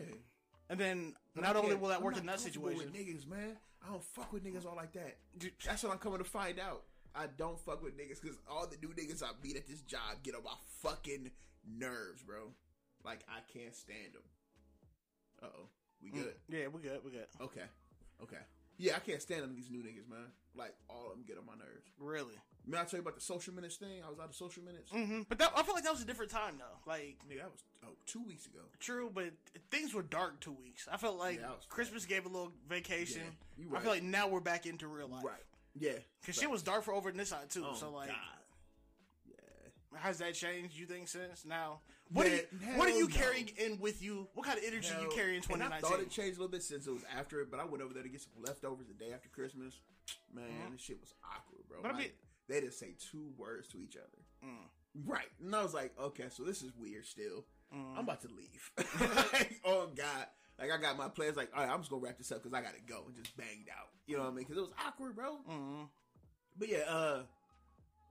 Speaker 3: And then
Speaker 4: But
Speaker 3: not
Speaker 4: I
Speaker 3: only
Speaker 4: can't-
Speaker 3: will that
Speaker 4: I'm
Speaker 3: work
Speaker 4: not
Speaker 3: in that
Speaker 4: comfortable
Speaker 3: situation, Mm,
Speaker 4: with niggas, man, I don't fuck with niggas all like that.
Speaker 3: Dude.
Speaker 4: That's what I'm coming to find out. I don't fuck with niggas because all the new niggas I meet at this job get on my fucking nerves, bro. Like I can't stand them. Uh oh,
Speaker 3: Mm.
Speaker 4: we good?
Speaker 3: yeah, we good, we good.
Speaker 4: Okay, okay. Yeah, I can't stand them these new niggas, man. Like all of them get on my nerves.
Speaker 3: Really.
Speaker 4: Man, I tell you about the social minutes thing. I was out of social minutes.
Speaker 3: hmm But that, I feel like that was a different time though. Like
Speaker 4: Nigga, that was oh two weeks ago.
Speaker 3: true, but things were dark two weeks. I felt like
Speaker 4: Yeah, that was
Speaker 3: Christmas gave a little vacation.
Speaker 4: Yeah, you
Speaker 3: I
Speaker 4: right.
Speaker 3: feel like now we're back into real life.
Speaker 4: Right. Yeah.
Speaker 3: Cause shit was dark for over in this side too.
Speaker 4: Oh,
Speaker 3: so like,
Speaker 4: God.
Speaker 3: has that changed? You think since now? What are
Speaker 4: Man,
Speaker 3: you, what are
Speaker 4: hell
Speaker 3: you
Speaker 4: no.
Speaker 3: carrying in with you? What kind of energy you carry in
Speaker 4: And I
Speaker 3: 2019?
Speaker 4: thought it changed a little bit since it was after it, but I went over there to get some leftovers the day after Christmas. Man, this shit was awkward, bro.
Speaker 3: Mm-hmm. But I
Speaker 4: Like,
Speaker 3: mean-
Speaker 4: they didn't say two words to each other.
Speaker 3: Mm,
Speaker 4: Right. And I was like, okay, so this is weird still.
Speaker 3: mm,
Speaker 4: I'm about to leave.
Speaker 3: Mm-hmm.
Speaker 4: like, oh, God. Like, I got my plans. Like, all right, I'm just going to wrap this up because I got to go and just banged out. You know what I mean? Because it was awkward, bro.
Speaker 3: Mhm.
Speaker 4: But yeah, uh,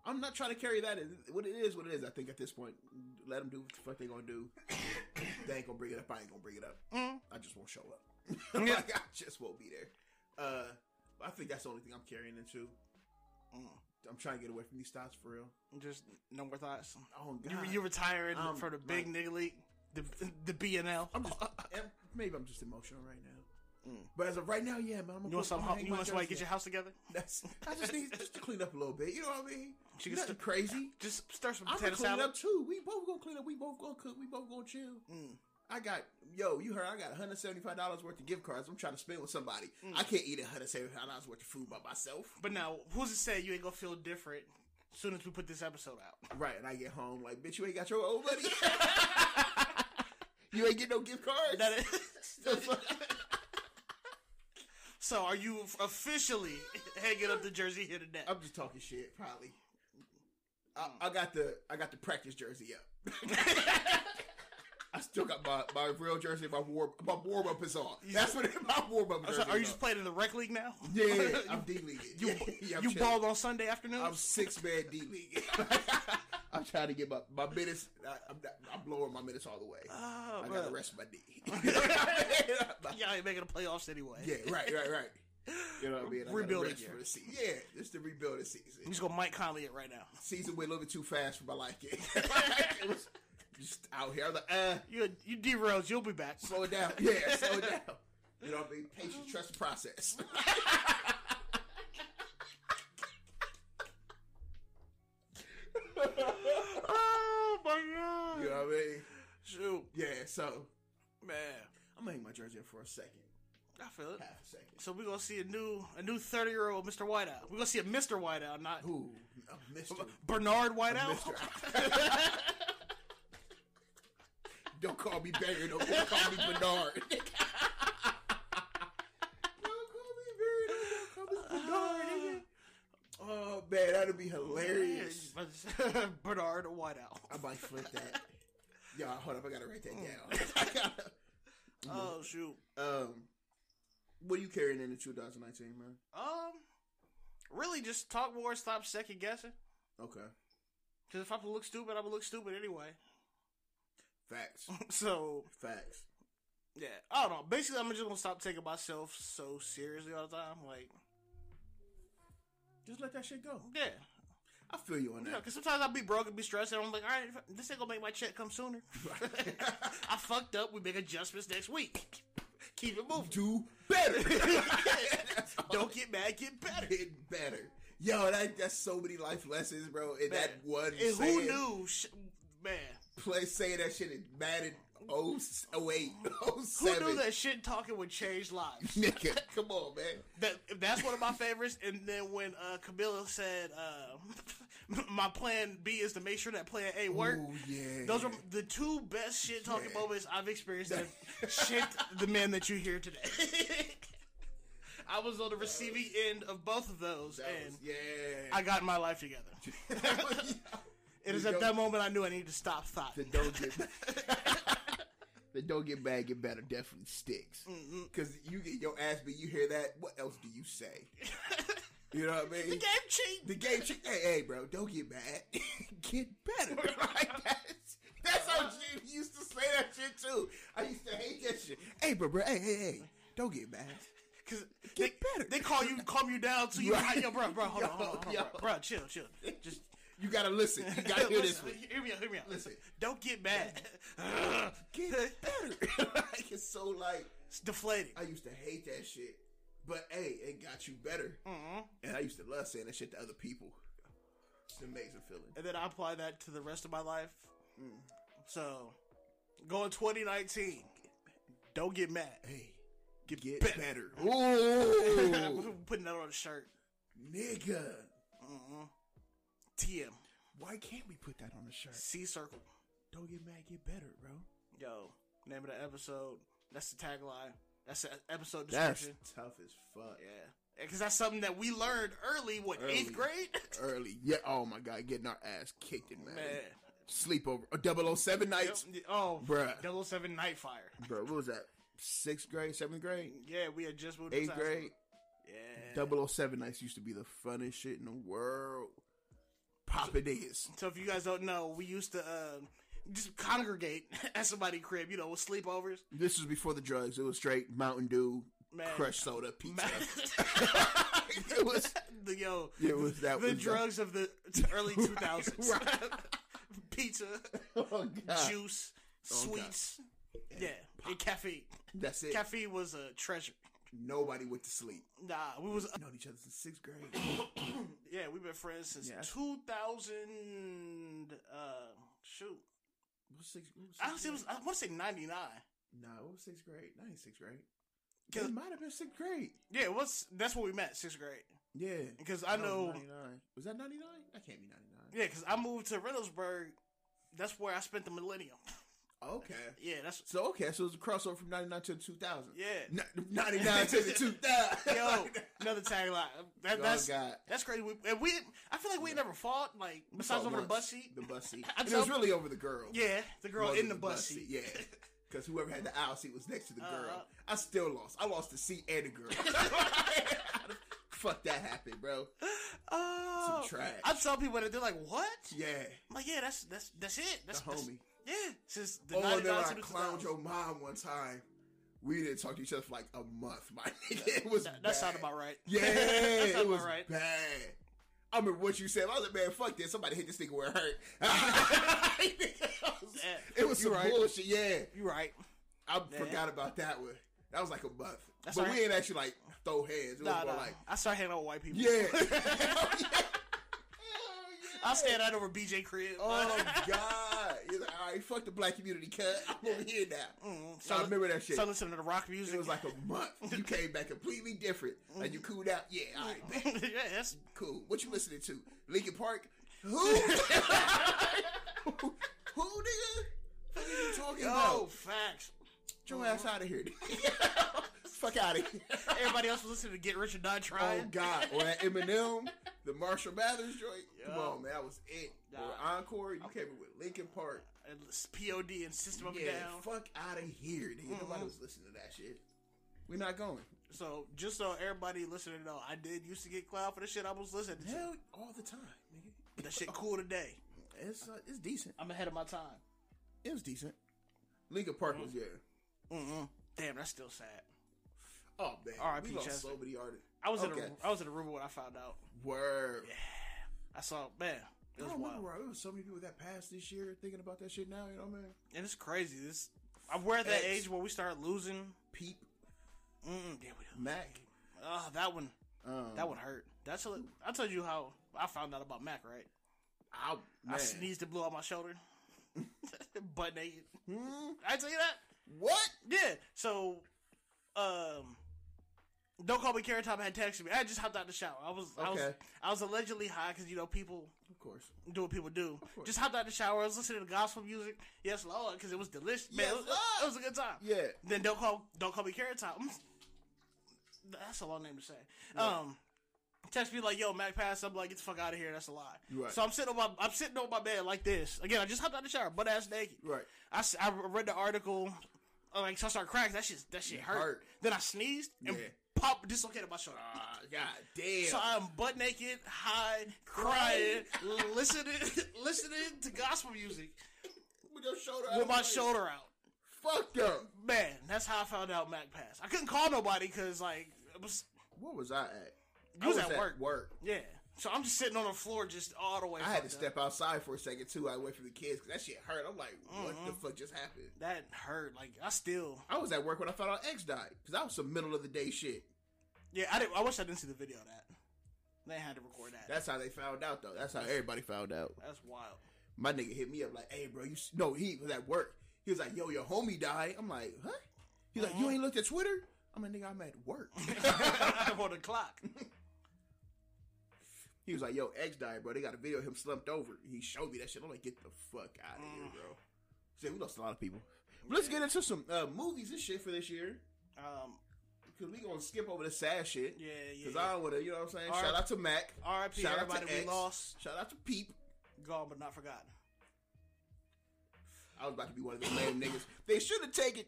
Speaker 4: I'm not trying to carry that. In. What it is, what it is. I think at this point, let them do what the fuck they gonna do. they ain't gonna bring it up. I ain't gonna bring it up.
Speaker 3: Mm.
Speaker 4: I just won't show up. like I just won't be there. Uh, I think that's the only thing I'm carrying into.
Speaker 3: Mm.
Speaker 4: I'm trying to get away from these thoughts for real.
Speaker 3: Just no more thoughts.
Speaker 4: Oh God,
Speaker 3: You, you retiring
Speaker 4: Um,
Speaker 3: for the big nigga league, the the BNL.
Speaker 4: I'm just em- maybe I'm just emotional right now.
Speaker 3: Mm.
Speaker 4: But as of right now, yeah, man. I'm gonna
Speaker 3: you want
Speaker 4: put- I'm
Speaker 3: some?
Speaker 4: gonna
Speaker 3: hou-
Speaker 4: hang
Speaker 3: You
Speaker 4: my
Speaker 3: want somebody to get
Speaker 4: jersey
Speaker 3: your house together?
Speaker 4: up. That's, I just need just to clean up a little bit. You know what I mean?
Speaker 3: She can
Speaker 4: Nothing
Speaker 3: st-
Speaker 4: crazy.
Speaker 3: Just stir some
Speaker 4: I'm gonna
Speaker 3: potato
Speaker 4: clean
Speaker 3: salad.
Speaker 4: up too. We both gonna clean up. We both gonna cook. We both gonna chill.
Speaker 3: Mm.
Speaker 4: I got yo, you heard? I got 175 dollars worth of gift cards. I'm trying to spend with somebody.
Speaker 3: Mm.
Speaker 4: I can't eat 175 dollars worth of food by myself.
Speaker 3: But now, who's to say you ain't gonna feel different as soon as we put this episode out?
Speaker 4: Right, and I get home like, bitch, you ain't got your old money. you ain't get no gift cards.
Speaker 3: That is- so, are you officially hanging up the jersey here today?
Speaker 4: I'm just talking shit, probably. I,
Speaker 3: Mm.
Speaker 4: I got the I got the practice jersey up. I still got my, my real jersey. My warm my warm up is on. That's what my warm up jersey.
Speaker 3: Oh, So are you
Speaker 4: is
Speaker 3: just
Speaker 4: on.
Speaker 3: playing in the rec league now?
Speaker 4: Yeah, I'm D league.
Speaker 3: you
Speaker 4: yeah, I'm
Speaker 3: you
Speaker 4: chilling.
Speaker 3: balled on Sunday afternoon.
Speaker 4: I'm six man D league. I'm trying to get my my minutes. I, I'm, not- I'm blowing my minutes all the way.
Speaker 3: Oh,
Speaker 4: I got
Speaker 3: man.
Speaker 4: to rest my D.
Speaker 3: Y'all ain't making the playoffs anyway.
Speaker 4: yeah, right, right, right. You know what I mean? I gotta
Speaker 3: Rebuilding
Speaker 4: rest
Speaker 3: year.
Speaker 4: for the season. Yeah, it's the rebuilding season.
Speaker 3: I'm just gonna Mike Conley it right now.
Speaker 4: Season went a little bit too fast for my liking. it was just out here. I was like, uh,
Speaker 3: You you derailed. You'll be back.
Speaker 4: slow it down. Yeah, slow it down. You know what I mean? Patience, trust the process.
Speaker 3: oh my god!
Speaker 4: You know what I mean?
Speaker 3: Shoot,
Speaker 4: Yeah, so
Speaker 3: man,
Speaker 4: I'm gonna hang my jersey up for a second,
Speaker 3: I feel it.
Speaker 4: half a second.
Speaker 3: So we're gonna see a new a new thirty year old Mr. Whiteout. We're gonna see a Mr. Whiteout, not
Speaker 4: Ooh, no, Mr.
Speaker 3: Bernard Whiteout.
Speaker 4: Mr. Don't call me Banger, no more. Call me Bernard. Don't call me Banger, don't call me Bernard. nigga. Oh man, that'd be hilarious.
Speaker 3: Bernard Whiteout.
Speaker 4: I might flip that. Y'all, hold up, I gotta write that down. I gotta-
Speaker 3: Oh shoot.
Speaker 4: um, what are you carrying into 2019, man?
Speaker 3: Um, really, just talk more. Stop second guessing.
Speaker 4: Okay,
Speaker 3: Because if I would look stupid, I would look stupid anyway.
Speaker 4: facts,
Speaker 3: So
Speaker 4: facts.
Speaker 3: yeah, I don't know. Basically, I'm just gonna stop taking myself so seriously all the time. Like
Speaker 4: Just let that shit go.
Speaker 3: yeah,
Speaker 4: I feel you on
Speaker 3: yeah.
Speaker 4: that.
Speaker 3: Because sometimes I'll be broke and be stressed, and I'm like, all right, this ain't gonna make my check come sooner. I fucked up. We make adjustments next week. Keep it moving.
Speaker 4: Do better.
Speaker 3: Don't get mad. Get better.
Speaker 4: Get better. Yo, that, that's so many life lessons, bro. And that
Speaker 3: Man.
Speaker 4: one.
Speaker 3: And who
Speaker 4: saying.
Speaker 3: knew sh- Man,
Speaker 4: Play say that shit in Madden 0- 08,
Speaker 3: who
Speaker 4: 07.
Speaker 3: knew that shit talking would change lives?
Speaker 4: Nigga, come on, man.
Speaker 3: That that's one of my favorites. And then when uh, Camilla said, uh, "My plan B is to make sure that plan A work."
Speaker 4: Ooh, yeah.
Speaker 3: Those are the two best shit talking
Speaker 4: Yeah.
Speaker 3: moments I've experienced. That shit, the man that you hear today. I was on the receiving end of both of those,
Speaker 4: That
Speaker 3: and
Speaker 4: was- yeah.
Speaker 3: I got my life together. It is
Speaker 4: You
Speaker 3: at
Speaker 4: don't-
Speaker 3: that moment I knew I needed to stop thought.
Speaker 4: the don't get the don't get bad get better definitely sticks
Speaker 3: Mm-hmm.
Speaker 4: because you get your ass beat you hear that what else do you say you know what i mean
Speaker 3: The game cheat.
Speaker 4: the game chick, hey, hey, bro, don't get mad. get better. Like, that's, that's how she used to say that shit, too. I used to hate that shit. Hey, bro, bro, hey, hey, hey, don't get mad.
Speaker 3: Cause they,
Speaker 4: Get better.
Speaker 3: they call you, calm you down, so you
Speaker 4: Right.
Speaker 3: like, yo, bro, bro, hold on, hold on, hold on,
Speaker 4: Yo,
Speaker 3: bro, bro, chill, chill, just
Speaker 4: You gotta listen. You gotta hear this
Speaker 3: Listen,
Speaker 4: one.
Speaker 3: Hear me out, hear me out.
Speaker 4: Listen.
Speaker 3: don't get mad.
Speaker 4: Get better. like, it's so like,
Speaker 3: it's deflating.
Speaker 4: I used to hate that shit. But hey, it got you better. And I used to love saying that shit to other people. It's an amazing feeling.
Speaker 3: and then I apply that to the rest of my life. Mm. So, going 2019, don't get mad.
Speaker 4: Hey,
Speaker 3: Get,
Speaker 4: get
Speaker 3: better.
Speaker 4: better. Ooh,
Speaker 3: Putting that on a shirt. Mm-hmm.
Speaker 4: nigga.
Speaker 3: TM.
Speaker 4: Why can't we put that on the shirt?
Speaker 3: C circle.
Speaker 4: Don't get mad, get better, bro.
Speaker 3: Yo, name of the episode. That's the tagline. That's the e-, episode
Speaker 4: That's
Speaker 3: description.
Speaker 4: tough as fuck.
Speaker 3: yeah. Because that's something that we learned early, what,
Speaker 4: Early.
Speaker 3: eighth grade?
Speaker 4: Early. Yeah. Oh my god, getting our ass kicked in, man.
Speaker 3: Man.
Speaker 4: Sleepover. A 007 nights.
Speaker 3: Yep. Oh,
Speaker 4: Bruh.
Speaker 3: 007 Nightfire.
Speaker 4: Bro, what was that? Sixth grade, seventh grade,
Speaker 3: Yeah, we had just moved to
Speaker 4: eighth
Speaker 3: Texas.
Speaker 4: grade.
Speaker 3: Yeah.
Speaker 4: 007 nights used to be the funnest shit in the world. Papa days.
Speaker 3: So if you guys don't know, we used to um, just congregate at somebody's crib, you know, with sleepovers.
Speaker 4: This was before the drugs. It was straight Mountain Dew,
Speaker 3: Man.
Speaker 4: crushed soda, pizza.
Speaker 3: Man.
Speaker 4: it was
Speaker 3: the yo,
Speaker 4: It was- that
Speaker 3: the
Speaker 4: was uh, the-
Speaker 3: drugs of the t- early two thousands. Pizza,
Speaker 4: oh god.
Speaker 3: juice, sweets, yeah, and caffeine.
Speaker 4: That's it.
Speaker 3: Caffeine was a treasure.
Speaker 4: Nobody went to sleep.
Speaker 3: Nah, we was
Speaker 4: Known each other since sixth grade.
Speaker 3: yeah, we've been friends since
Speaker 4: Yeah.
Speaker 3: two thousand. Uh, shoot,
Speaker 4: What's sixth, what was
Speaker 3: I
Speaker 4: sixth
Speaker 3: was, it was I want to say ninety nine.
Speaker 4: grade? Nah, what was sixth grade? Not in sixth grade.
Speaker 3: 'Cause-
Speaker 4: It might have been sixth grade.
Speaker 3: Yeah, what's that's when we met sixth grade.
Speaker 4: Yeah.
Speaker 3: Because I
Speaker 4: That was
Speaker 3: know
Speaker 4: 99. Was that 99? That can't be 99.
Speaker 3: Yeah, because I moved to Reynoldsburg. That's where I spent the millennium.
Speaker 4: Okay.
Speaker 3: Yeah, that's
Speaker 4: So, okay, so it was a crossover from 99 to 2000.
Speaker 3: yeah.
Speaker 4: N- 99 to the 2000.
Speaker 3: Yo, another tagline. That,
Speaker 4: Oh,
Speaker 3: that's
Speaker 4: God.
Speaker 3: that's crazy. We, and we, I feel like we never fought. Like besides
Speaker 4: Fought
Speaker 3: over
Speaker 4: once.
Speaker 3: the bus seat.
Speaker 4: The bus seat.
Speaker 3: I
Speaker 4: and it was
Speaker 3: tell-
Speaker 4: really over the girl.
Speaker 3: Yeah, the girl
Speaker 4: Wasn't
Speaker 3: in the, bus seat.
Speaker 4: Yeah. Because whoever had the aisle seat was next to the girl.
Speaker 3: Uh-huh.
Speaker 4: I still lost. I lost the seat and the girl. Fuck that happened, bro.
Speaker 3: Oh,
Speaker 4: Some trash.
Speaker 3: I tell people that they're like, "What?"
Speaker 4: Yeah.
Speaker 3: I'm like, "Yeah, that's that's that's it. That's
Speaker 4: The homie.
Speaker 3: That's, yeah, since the
Speaker 4: Oh, and then
Speaker 3: 99
Speaker 4: I
Speaker 3: to the
Speaker 4: clowned
Speaker 3: 2000s.
Speaker 4: your mom one time. We didn't talk to each other for like a month, my nigga. It was
Speaker 3: That, that sounded
Speaker 4: bad.
Speaker 3: about right.
Speaker 4: Yeah,
Speaker 3: that
Speaker 4: it
Speaker 3: sounded
Speaker 4: was
Speaker 3: about right.
Speaker 4: bad. I remember what you said. I was like, man, fuck this. Somebody hit this nigga where it hurt.
Speaker 3: Yeah,
Speaker 4: it was
Speaker 3: you
Speaker 4: some
Speaker 3: right.
Speaker 4: bullshit. Yeah,
Speaker 3: You right?
Speaker 4: I
Speaker 3: Yeah.
Speaker 4: forgot about that one. That was like a month.
Speaker 3: That's
Speaker 4: but
Speaker 3: all
Speaker 4: we
Speaker 3: right.
Speaker 4: ain't actually like throw hands. It was
Speaker 3: Nah,
Speaker 4: more
Speaker 3: nah.
Speaker 4: like,
Speaker 3: I start hanging out with white people.
Speaker 4: yeah.
Speaker 3: I stand out over BJ Crib.
Speaker 4: Oh God! He's like, all right, fuck the black community, cuz I'm over here now.
Speaker 3: Mm,
Speaker 4: So I remember that shit.
Speaker 3: Start listening to the rock music.
Speaker 4: It was like a month. You came back completely different, and you cooled out. Yeah, all right, man,
Speaker 3: yeah, that's
Speaker 4: cool. What you listening to? Linkin Park? Who? Who, nigga? What are you talking
Speaker 3: yo Uh-huh.
Speaker 4: about?
Speaker 3: facts.
Speaker 4: Get your ass out of here! Fuck out of here!
Speaker 3: Everybody else was listening to Get Rich or Die
Speaker 4: Oh
Speaker 3: Trying.
Speaker 4: God! Or that Eminem, the Marshall Mathers joint. Come
Speaker 3: Yo.
Speaker 4: on, man, that was it. Or
Speaker 3: Nah.
Speaker 4: Encore, you came in with Linkin Park.
Speaker 3: And it's POD and System of a
Speaker 4: Yeah,
Speaker 3: Down. Mm-hmm.
Speaker 4: fuck out of here, nigga. Nobody was listening to that shit. We're not going.
Speaker 3: So just so everybody listening know, I did used to get cloud for the shit I was listening to.
Speaker 4: Hell, all the time, nigga.
Speaker 3: That shit cool today.
Speaker 4: It's uh, it's decent.
Speaker 3: I'm ahead of my time.
Speaker 4: It was decent. Lincoln Park
Speaker 3: Mm-hmm.
Speaker 4: was yeah.
Speaker 3: Mm-mm. Damn, that's still sad.
Speaker 4: Oh man,
Speaker 3: R.I.P.
Speaker 4: we lost
Speaker 3: Chester.
Speaker 4: so many artists.
Speaker 3: I was in
Speaker 4: Okay.
Speaker 3: a I was in a room when I found out.
Speaker 4: Word.
Speaker 3: I saw man, it
Speaker 5: I
Speaker 3: was
Speaker 5: don't remember
Speaker 3: wild,
Speaker 5: where there was so many people that passed this year thinking about that shit now. You know what I mean?
Speaker 3: and it's crazy. This I'm we're at that
Speaker 4: X.
Speaker 3: age where we start losing.
Speaker 4: Peep,
Speaker 3: Mm-mm, yeah, we,
Speaker 4: Mac.
Speaker 3: oh, that one,
Speaker 4: Um,
Speaker 3: that one hurt. That's a, I told you how I found out about Mac, right?
Speaker 4: I,
Speaker 3: I sneezed and blew out my shoulder. butt naked.
Speaker 4: Hmm?
Speaker 3: I tell you that.
Speaker 4: What?
Speaker 3: Yeah. So, um, don't call me Carrot Top had texted me. I just hopped out the shower. I was, I was,
Speaker 4: Okay.
Speaker 3: I was allegedly high because you know people
Speaker 5: Of course.
Speaker 3: do what people do.
Speaker 5: course.
Speaker 3: Just hopped out the shower. I was listening to gospel music. Yes, Lord, because it was delicious. Man,
Speaker 4: Yes,
Speaker 3: it, was, it was a good time.
Speaker 5: Yeah.
Speaker 3: Then don't call, don't call me Carrot Top. That's a long name to say. Um. Text me like, yo, Mac Pass. I'm like, get the fuck out of here. That's a lie.
Speaker 5: Right.
Speaker 3: So I'm sitting on my, I'm sitting on my bed like this. Again, I just hopped out the shower, butt ass naked.
Speaker 5: Right.
Speaker 3: I, s- I read the article. uh, Like, so I started cracking. That shit, that shit hurt.
Speaker 5: hurt.
Speaker 3: Then I sneezed and
Speaker 5: Yeah.
Speaker 3: popped, dislocated my shoulder.
Speaker 5: Ah, god damn.
Speaker 3: So I'm butt naked, high, crying, listening, listening to gospel music
Speaker 4: With your shoulder out
Speaker 3: with
Speaker 4: of
Speaker 3: my
Speaker 4: place.
Speaker 3: shoulder out.
Speaker 4: Fucked up.
Speaker 3: Man, that's how I found out Mac passed. I couldn't call nobody because like it was,
Speaker 4: What was I at?
Speaker 3: you was, at, work.
Speaker 4: work.
Speaker 3: Yeah. So I'm just sitting on the floor, just all the way.
Speaker 4: I had to
Speaker 3: fucked up.
Speaker 4: step outside for a second too. I went for the kids because that shit hurt. I'm like, what
Speaker 3: Mm-hmm.
Speaker 4: the fuck just happened?
Speaker 3: That hurt. Like I still.
Speaker 4: I was at work when I found out X died because I was some middle of the day shit.
Speaker 3: Yeah, I didn't. I wish I didn't see the video of that. They had to record that.
Speaker 4: That's how they found out though. That's how everybody found out.
Speaker 3: that's wild.
Speaker 4: My nigga hit me up like, hey bro, you s-" no? He was at work. He was like, yo, your homie died. I'm like, huh? He's like, you ain't looked at Twitter? I'm like, nigga, I'm at work.
Speaker 3: I'm on the clock.
Speaker 4: He was like, "Yo, X died, bro. They got a video of him slumped over." He showed me that shit. I'm like, "Get the fuck out of
Speaker 3: Mm.
Speaker 4: here, bro." See, we lost a lot of people. But let's get into some uh, movies and shit for this year
Speaker 3: Um,
Speaker 4: because we gonna skip over the sad shit.
Speaker 3: yeah, yeah.
Speaker 4: Because I don't wanna, you know what I'm saying?
Speaker 3: All right.
Speaker 4: Shout out to Mac.
Speaker 3: R.I.P.
Speaker 4: Shout out to
Speaker 3: everybody we
Speaker 4: X.
Speaker 3: lost.
Speaker 4: Shout out to Peep.
Speaker 3: Gone but not forgotten.
Speaker 4: I was about to be one of them lame niggas. They should have taken,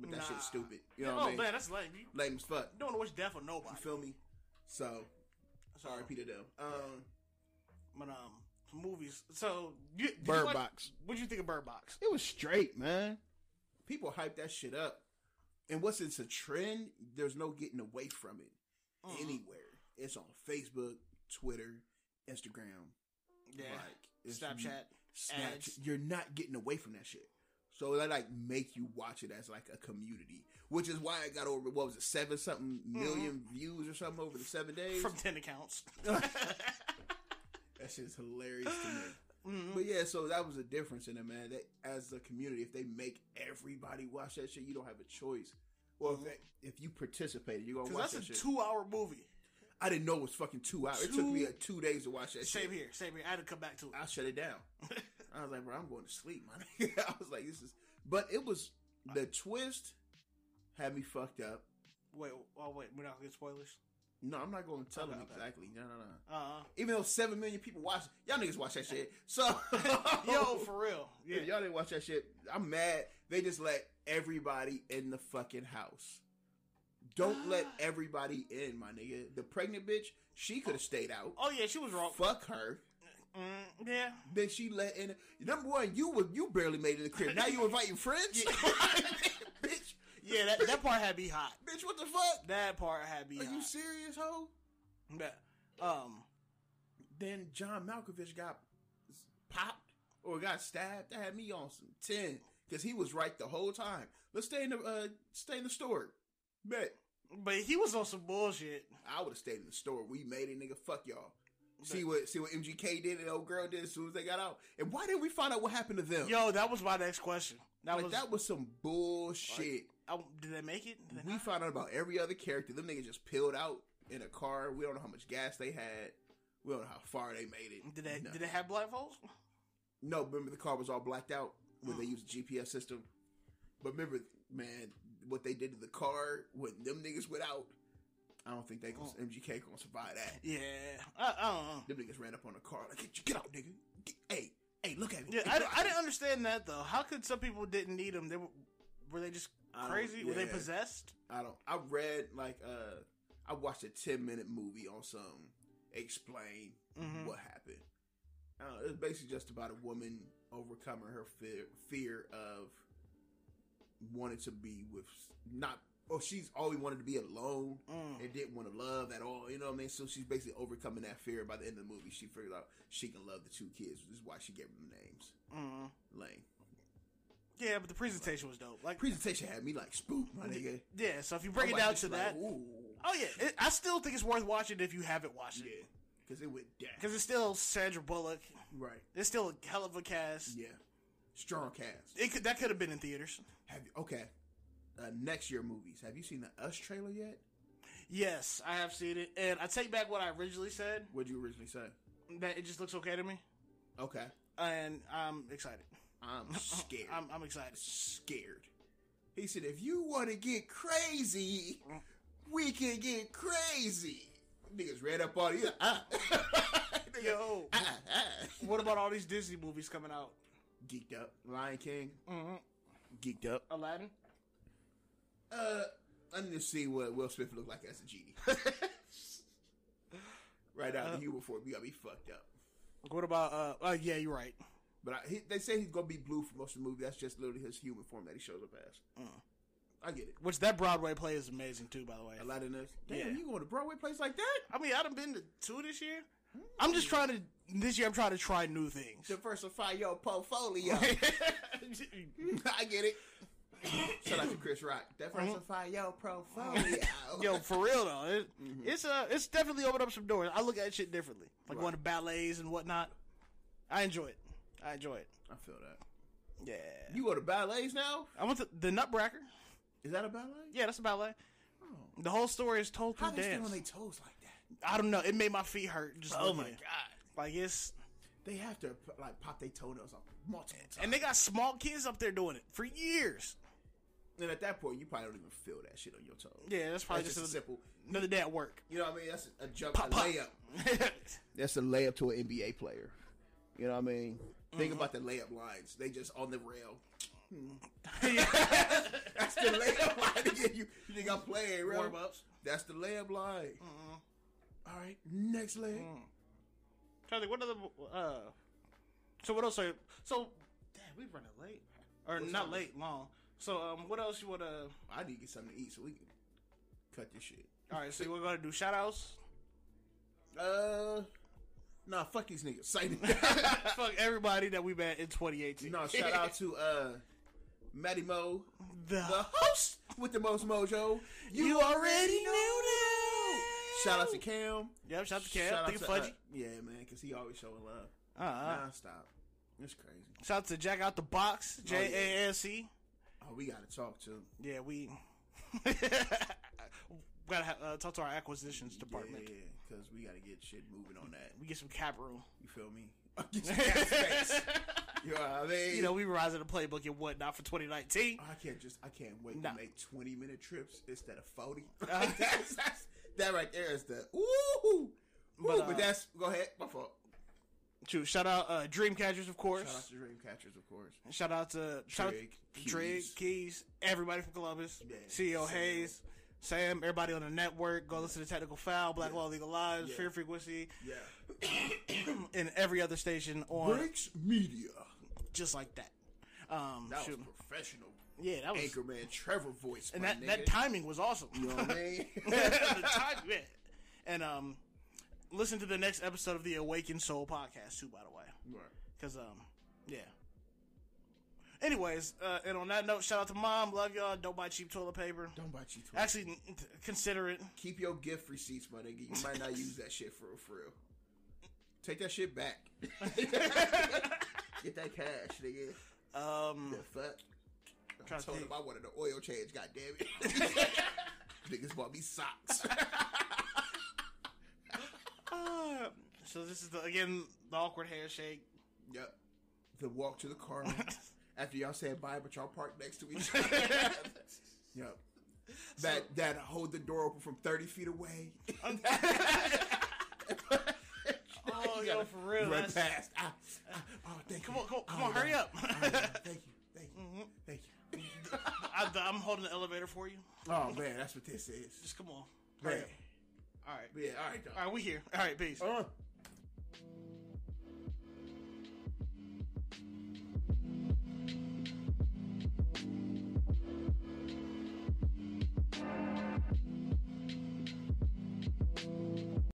Speaker 4: but that
Speaker 3: Nah.
Speaker 4: shit's stupid. You know
Speaker 3: oh
Speaker 4: what I mean?
Speaker 3: man, that's lame. You
Speaker 4: Lame as fuck.
Speaker 3: don't want to wish death on
Speaker 4: You
Speaker 3: nobody.
Speaker 4: feel me? So sorry, Peter. Them. Um,
Speaker 3: But um, some movies. So you, did you
Speaker 5: Bird
Speaker 3: like-
Speaker 5: Box.
Speaker 3: What'd you think of Bird Box?
Speaker 5: It was straight, man.
Speaker 4: people hype that shit up. And once it's a trend, there's no getting away from it
Speaker 3: Mm-hmm. Mm,
Speaker 4: anywhere. It's on Facebook, Twitter, Instagram,
Speaker 3: Yeah.
Speaker 4: like it's-
Speaker 3: Snapchat.
Speaker 4: Snapchat.
Speaker 3: ads.
Speaker 4: You're not getting away from that shit. So they like make you watch it as like a community, which is why it got over what was it seven something 1000000 views or something over the seven days.
Speaker 3: Mm-hmm. From ten accounts. Mm-hmm.
Speaker 4: That shit's hilarious to me. But yeah, so that was a difference in it, man. That as a community, if they make everybody watch that shit, you don't have a choice. Well, if, they- if you participated, you're gonna watch
Speaker 3: Because
Speaker 4: that
Speaker 3: Mm-hmm. that's a
Speaker 4: shit.
Speaker 3: two-hour movie.
Speaker 4: I didn't know it was fucking two hours. It took me
Speaker 3: Two-
Speaker 4: uh, two days to watch that
Speaker 3: Same
Speaker 4: shit.
Speaker 3: here. Same here. I had to come back to it.
Speaker 4: I shut it down. I was like, bro, I'm going to sleep, man. I was like, this is. But it was the twist had me fucked up.
Speaker 3: Wait. Oh wait. We're not gonna get spoilers.
Speaker 4: No, I'm not going to tell
Speaker 3: Okay,
Speaker 4: them
Speaker 3: okay.
Speaker 4: exactly. No, no, no.
Speaker 3: Uh.
Speaker 4: Even though seven million people watch, y'all niggas watch that shit. So
Speaker 3: Yo, for real. Yeah.
Speaker 4: Oh. If y'all didn't watch that shit, I'm mad. They just let everybody in the fucking house. Don't let everybody in, my nigga. The pregnant bitch, she could have stayed out.
Speaker 3: Oh yeah, she was wrong.
Speaker 4: Fuck her.
Speaker 3: Mm, yeah.
Speaker 4: Then she let in. Number one, you were you barely made it in the crib. Now you inviting friends, bitch.
Speaker 3: Yeah. That, that part had me hot.
Speaker 4: Bitch, what the fuck?
Speaker 3: That part had me
Speaker 4: Are
Speaker 3: hot.
Speaker 4: you serious, hoe?
Speaker 3: Yeah. Um.
Speaker 4: Then John Malkovich got popped or got stabbed. That had me on some ten because he was right the whole time. Let's stay in the uh, stay in the store. Bet.
Speaker 3: But he was on some bullshit.
Speaker 4: I would have stayed in the store. We made it, nigga. Fuck y'all. See what see what MGK did and old girl did as soon as they got out. And why didn't we find out what happened to them?
Speaker 3: Yo, that was my next question. That
Speaker 4: like
Speaker 3: was.
Speaker 4: that was some bullshit.
Speaker 3: I, did they make it? Did they
Speaker 4: we
Speaker 3: not?
Speaker 4: found out about every other character. Them niggas just peeled out in a car. We don't know how much gas they had. We don't know how far they made it.
Speaker 3: Did they
Speaker 4: no.
Speaker 3: did they have blindfolds?
Speaker 4: No, remember the car was all blacked out when
Speaker 3: Mm.
Speaker 4: they used the GPS system. But remember, man, what they did to the car when them niggas went out. I don't think they gonna,
Speaker 3: Mm.
Speaker 4: MGK gonna survive that.
Speaker 3: Yeah, I, I don't know.
Speaker 4: Them niggas ran up on the car like, get, get out, nigga. Get- hey, hey, look at me.
Speaker 3: Yeah,
Speaker 4: Hey,
Speaker 3: I,
Speaker 4: look
Speaker 3: I
Speaker 4: at me."
Speaker 3: didn't understand that though. How could some people didn't need them? They were were they just
Speaker 4: I don't-
Speaker 3: crazy? Were they
Speaker 4: Oh, yeah.
Speaker 3: possessed?
Speaker 4: I don't. I read like uh, I watched a ten minute movie on some explain
Speaker 3: Mm-hmm.
Speaker 4: what happened. Uh, it's basically just about a woman overcoming her fear fear of wanting to be with not. Oh, she's always wanted to be alone
Speaker 3: Mm,
Speaker 4: and didn't want to love at all. You know what I mean? So she's basically overcoming that fear. By the end of the movie, she figured out she can love the two kids, which is why she gave them names.
Speaker 3: Mm.
Speaker 4: Lane.
Speaker 3: Yeah, but the presentation was dope. Like,
Speaker 4: Presentation had me like spooked, my nigga.
Speaker 3: yeah. So if you break it
Speaker 4: I'm
Speaker 3: down
Speaker 4: like,
Speaker 3: to
Speaker 4: just
Speaker 3: that,
Speaker 4: like, ooh.
Speaker 3: oh yeah, it, I still think it's worth watching if you haven't watched it
Speaker 4: Yeah, because it went down.
Speaker 3: because it's still Sandra Bullock.
Speaker 4: right.
Speaker 3: It's still a hell of a cast.
Speaker 4: Yeah. Strong cast.
Speaker 3: It could, that could have been in theaters.
Speaker 4: Have you, okay. Uh, next year movies. Have you seen the Us trailer yet?
Speaker 3: Yes, I have seen it, and I take back what I originally said
Speaker 4: What would you originally say?
Speaker 3: that it just looks okay to me,
Speaker 4: Okay.
Speaker 3: and I'm excited.
Speaker 4: I'm scared.
Speaker 3: I'm, I'm excited.
Speaker 4: scared. He said, if you want to get crazy, we can get crazy. Niggas ran up on you. Ah. Nigga,
Speaker 3: Yo,
Speaker 4: ah, ah.
Speaker 3: what about all these Disney movies coming out?
Speaker 4: Geeked up. Lion King.
Speaker 3: Mm-hmm.
Speaker 4: Geeked up.
Speaker 3: Aladdin.
Speaker 4: Uh, I need to see what Will Smith looked like as a genie. right out the Huber for it, we gotta be fucked up.
Speaker 3: What about? Uh, oh yeah, you're right.
Speaker 4: But I, he, they say he's gonna be blue for most of the movie. That's just literally his human form that he shows up as. I get it.
Speaker 3: Which that Broadway play is amazing too, by the way.
Speaker 4: Aladdin is. Damn,
Speaker 3: Yeah.
Speaker 4: you going to Broadway place like that?
Speaker 3: I mean, I done been to two this year. I'm just trying to this year. I'm trying to try new things.
Speaker 4: Diversify your portfolio. I get it. Shout out to Chris Rock. Diversify your portfolio.
Speaker 3: Yo, for real though, it, it's uh, it's definitely opened up some doors. I look at shit differently, like
Speaker 4: Mm-hmm. Right.
Speaker 3: going to ballets and whatnot. I enjoy it. I enjoy it.
Speaker 4: I feel that.
Speaker 3: Yeah,
Speaker 4: You go to ballets now?
Speaker 3: I went to the Nutcracker.
Speaker 4: Is that a ballet?
Speaker 3: Yeah, that's a ballet. The whole story is told through
Speaker 4: Oh. How they stay
Speaker 3: dance.
Speaker 4: on their toes like that?
Speaker 3: I don't know. It made my feet hurt. Just
Speaker 4: Oh my
Speaker 3: looking. Like it's
Speaker 4: They have to like pop their toenails up multiple times.
Speaker 3: and they got small kids up there doing it for years.
Speaker 4: And at that point, you probably don't even feel that shit on your toes.
Speaker 3: Yeah, that's probably
Speaker 4: That's
Speaker 3: just,
Speaker 4: just
Speaker 3: a-
Speaker 4: simple.
Speaker 3: another day at work.
Speaker 4: You know what I mean? That's a jump,
Speaker 3: Pop,
Speaker 4: a
Speaker 3: pop.
Speaker 4: layup. That's a layup to an NBA player. You know what I mean? Think about the layup lines. They just on the rail. That's the layup line to get you. You think I'm playing, bro?
Speaker 3: Warm ups.
Speaker 4: That's the layup line. All right, next leg.
Speaker 3: Trying to think, Mm-hmm. what other? Uh, so what else are so? Damn, we running late, or
Speaker 4: What's
Speaker 3: not
Speaker 4: up?
Speaker 3: late, long. So um, what else you wanna?
Speaker 4: I need to get something to eat so we can cut this shit.
Speaker 3: All right, so we're gonna do shout outs.
Speaker 4: Uh, nah, fuck these niggas. Say
Speaker 3: Fuck everybody that we met in 2018.
Speaker 4: no, shout out to uh, Matty Mo,
Speaker 3: the,
Speaker 4: the host with the most mojo. You, already know.
Speaker 3: that.
Speaker 4: Shout out to Cam.
Speaker 3: Yep, shout out to Cam.
Speaker 4: Shout out
Speaker 3: Thank you,
Speaker 4: to, uh,
Speaker 3: Fudgy.
Speaker 4: yeah, man, because he always showing love.
Speaker 3: Uh, uh
Speaker 4: Nonstop. It's crazy.
Speaker 3: Shout out to Jack out the box. J A S E.
Speaker 4: Oh, we got to talk to him.
Speaker 3: Yeah, we gotta have, uh, talk to our acquisitions department.
Speaker 4: Yeah, because we got to get shit moving on that.
Speaker 3: We get some cap room.
Speaker 4: You feel me? Get some cap space. you know what I mean? Oh,
Speaker 3: You know, we revising the playbook and whatnot for 2019.
Speaker 4: I can't just, I can't wait
Speaker 3: Nah.
Speaker 4: to make 20 minute trips instead of 40.
Speaker 3: Uh,
Speaker 4: That's- that's- that right there is the, ooh. But,
Speaker 3: But, uh,
Speaker 4: but that's, go ahead, my fault.
Speaker 3: True. Shout out uh, Dreamcatchers, of course.
Speaker 4: Shout out to Dreamcatchers, of course.
Speaker 3: Shout out to shout
Speaker 4: Trig,
Speaker 3: out to Trig,
Speaker 4: Keys.
Speaker 3: Keys, everybody from Columbus,
Speaker 4: Yeah,
Speaker 3: CEO
Speaker 4: Sam.
Speaker 3: Hayes, Sam, everybody on the network. Go listen to Technical Foul, Black Law Legal Lives,
Speaker 4: Yeah.
Speaker 3: Fear Frequency,
Speaker 4: Yeah.
Speaker 3: and every other station on
Speaker 4: Breaks Media.
Speaker 3: just like that. Um,
Speaker 4: That was
Speaker 3: shoot.
Speaker 4: professional.
Speaker 3: yeah, that was
Speaker 4: Anchorman Trevor voice.
Speaker 3: and
Speaker 4: my
Speaker 3: that, that
Speaker 4: nigga.
Speaker 3: timing was awesome.
Speaker 4: You know what I mean?
Speaker 3: The time- yeah. And um, listen to the next episode of the Awakened Soul podcast too. By the way, because um, yeah. Anyways, uh, and on that note, shout out to mom. Love y'all. Don't buy cheap toilet paper.
Speaker 4: Don't buy cheap toys.
Speaker 3: Actually, n- t- consider it.
Speaker 4: Keep your gift receipts, my nigga. You might not use that shit for real, for real. Take that shit back. Get that cash, nigga.
Speaker 3: Um,
Speaker 4: The fuck? I
Speaker 3: Tryna
Speaker 4: told him
Speaker 3: think.
Speaker 4: I wanted an oil change, goddamn it. Niggas bought me socks.
Speaker 3: uh, so this is the, again the awkward handshake.
Speaker 4: yep. The walk to the car after y'all said bye, but y'all parked next to each other. yep. That that hold the door open from thirty feet away.
Speaker 3: Oh,
Speaker 4: You
Speaker 3: yo,
Speaker 4: gotta
Speaker 3: for real.
Speaker 4: Run
Speaker 3: that's- uh,
Speaker 4: past. Ah, ah, oh, thank
Speaker 3: Come
Speaker 4: you.
Speaker 3: on, come on, come
Speaker 4: Oh,
Speaker 3: on, hurry
Speaker 4: yeah.
Speaker 3: up.
Speaker 4: Oh, yeah. thank you, thank you, thank you.
Speaker 3: mm-hmm. I, I'm holding the elevator for you.
Speaker 4: Oh man, that's what this is.
Speaker 3: Just come on.
Speaker 4: Man.
Speaker 3: All right.
Speaker 4: But yeah, all right, dog.
Speaker 3: All right, we here. All right, peace.
Speaker 4: Uh.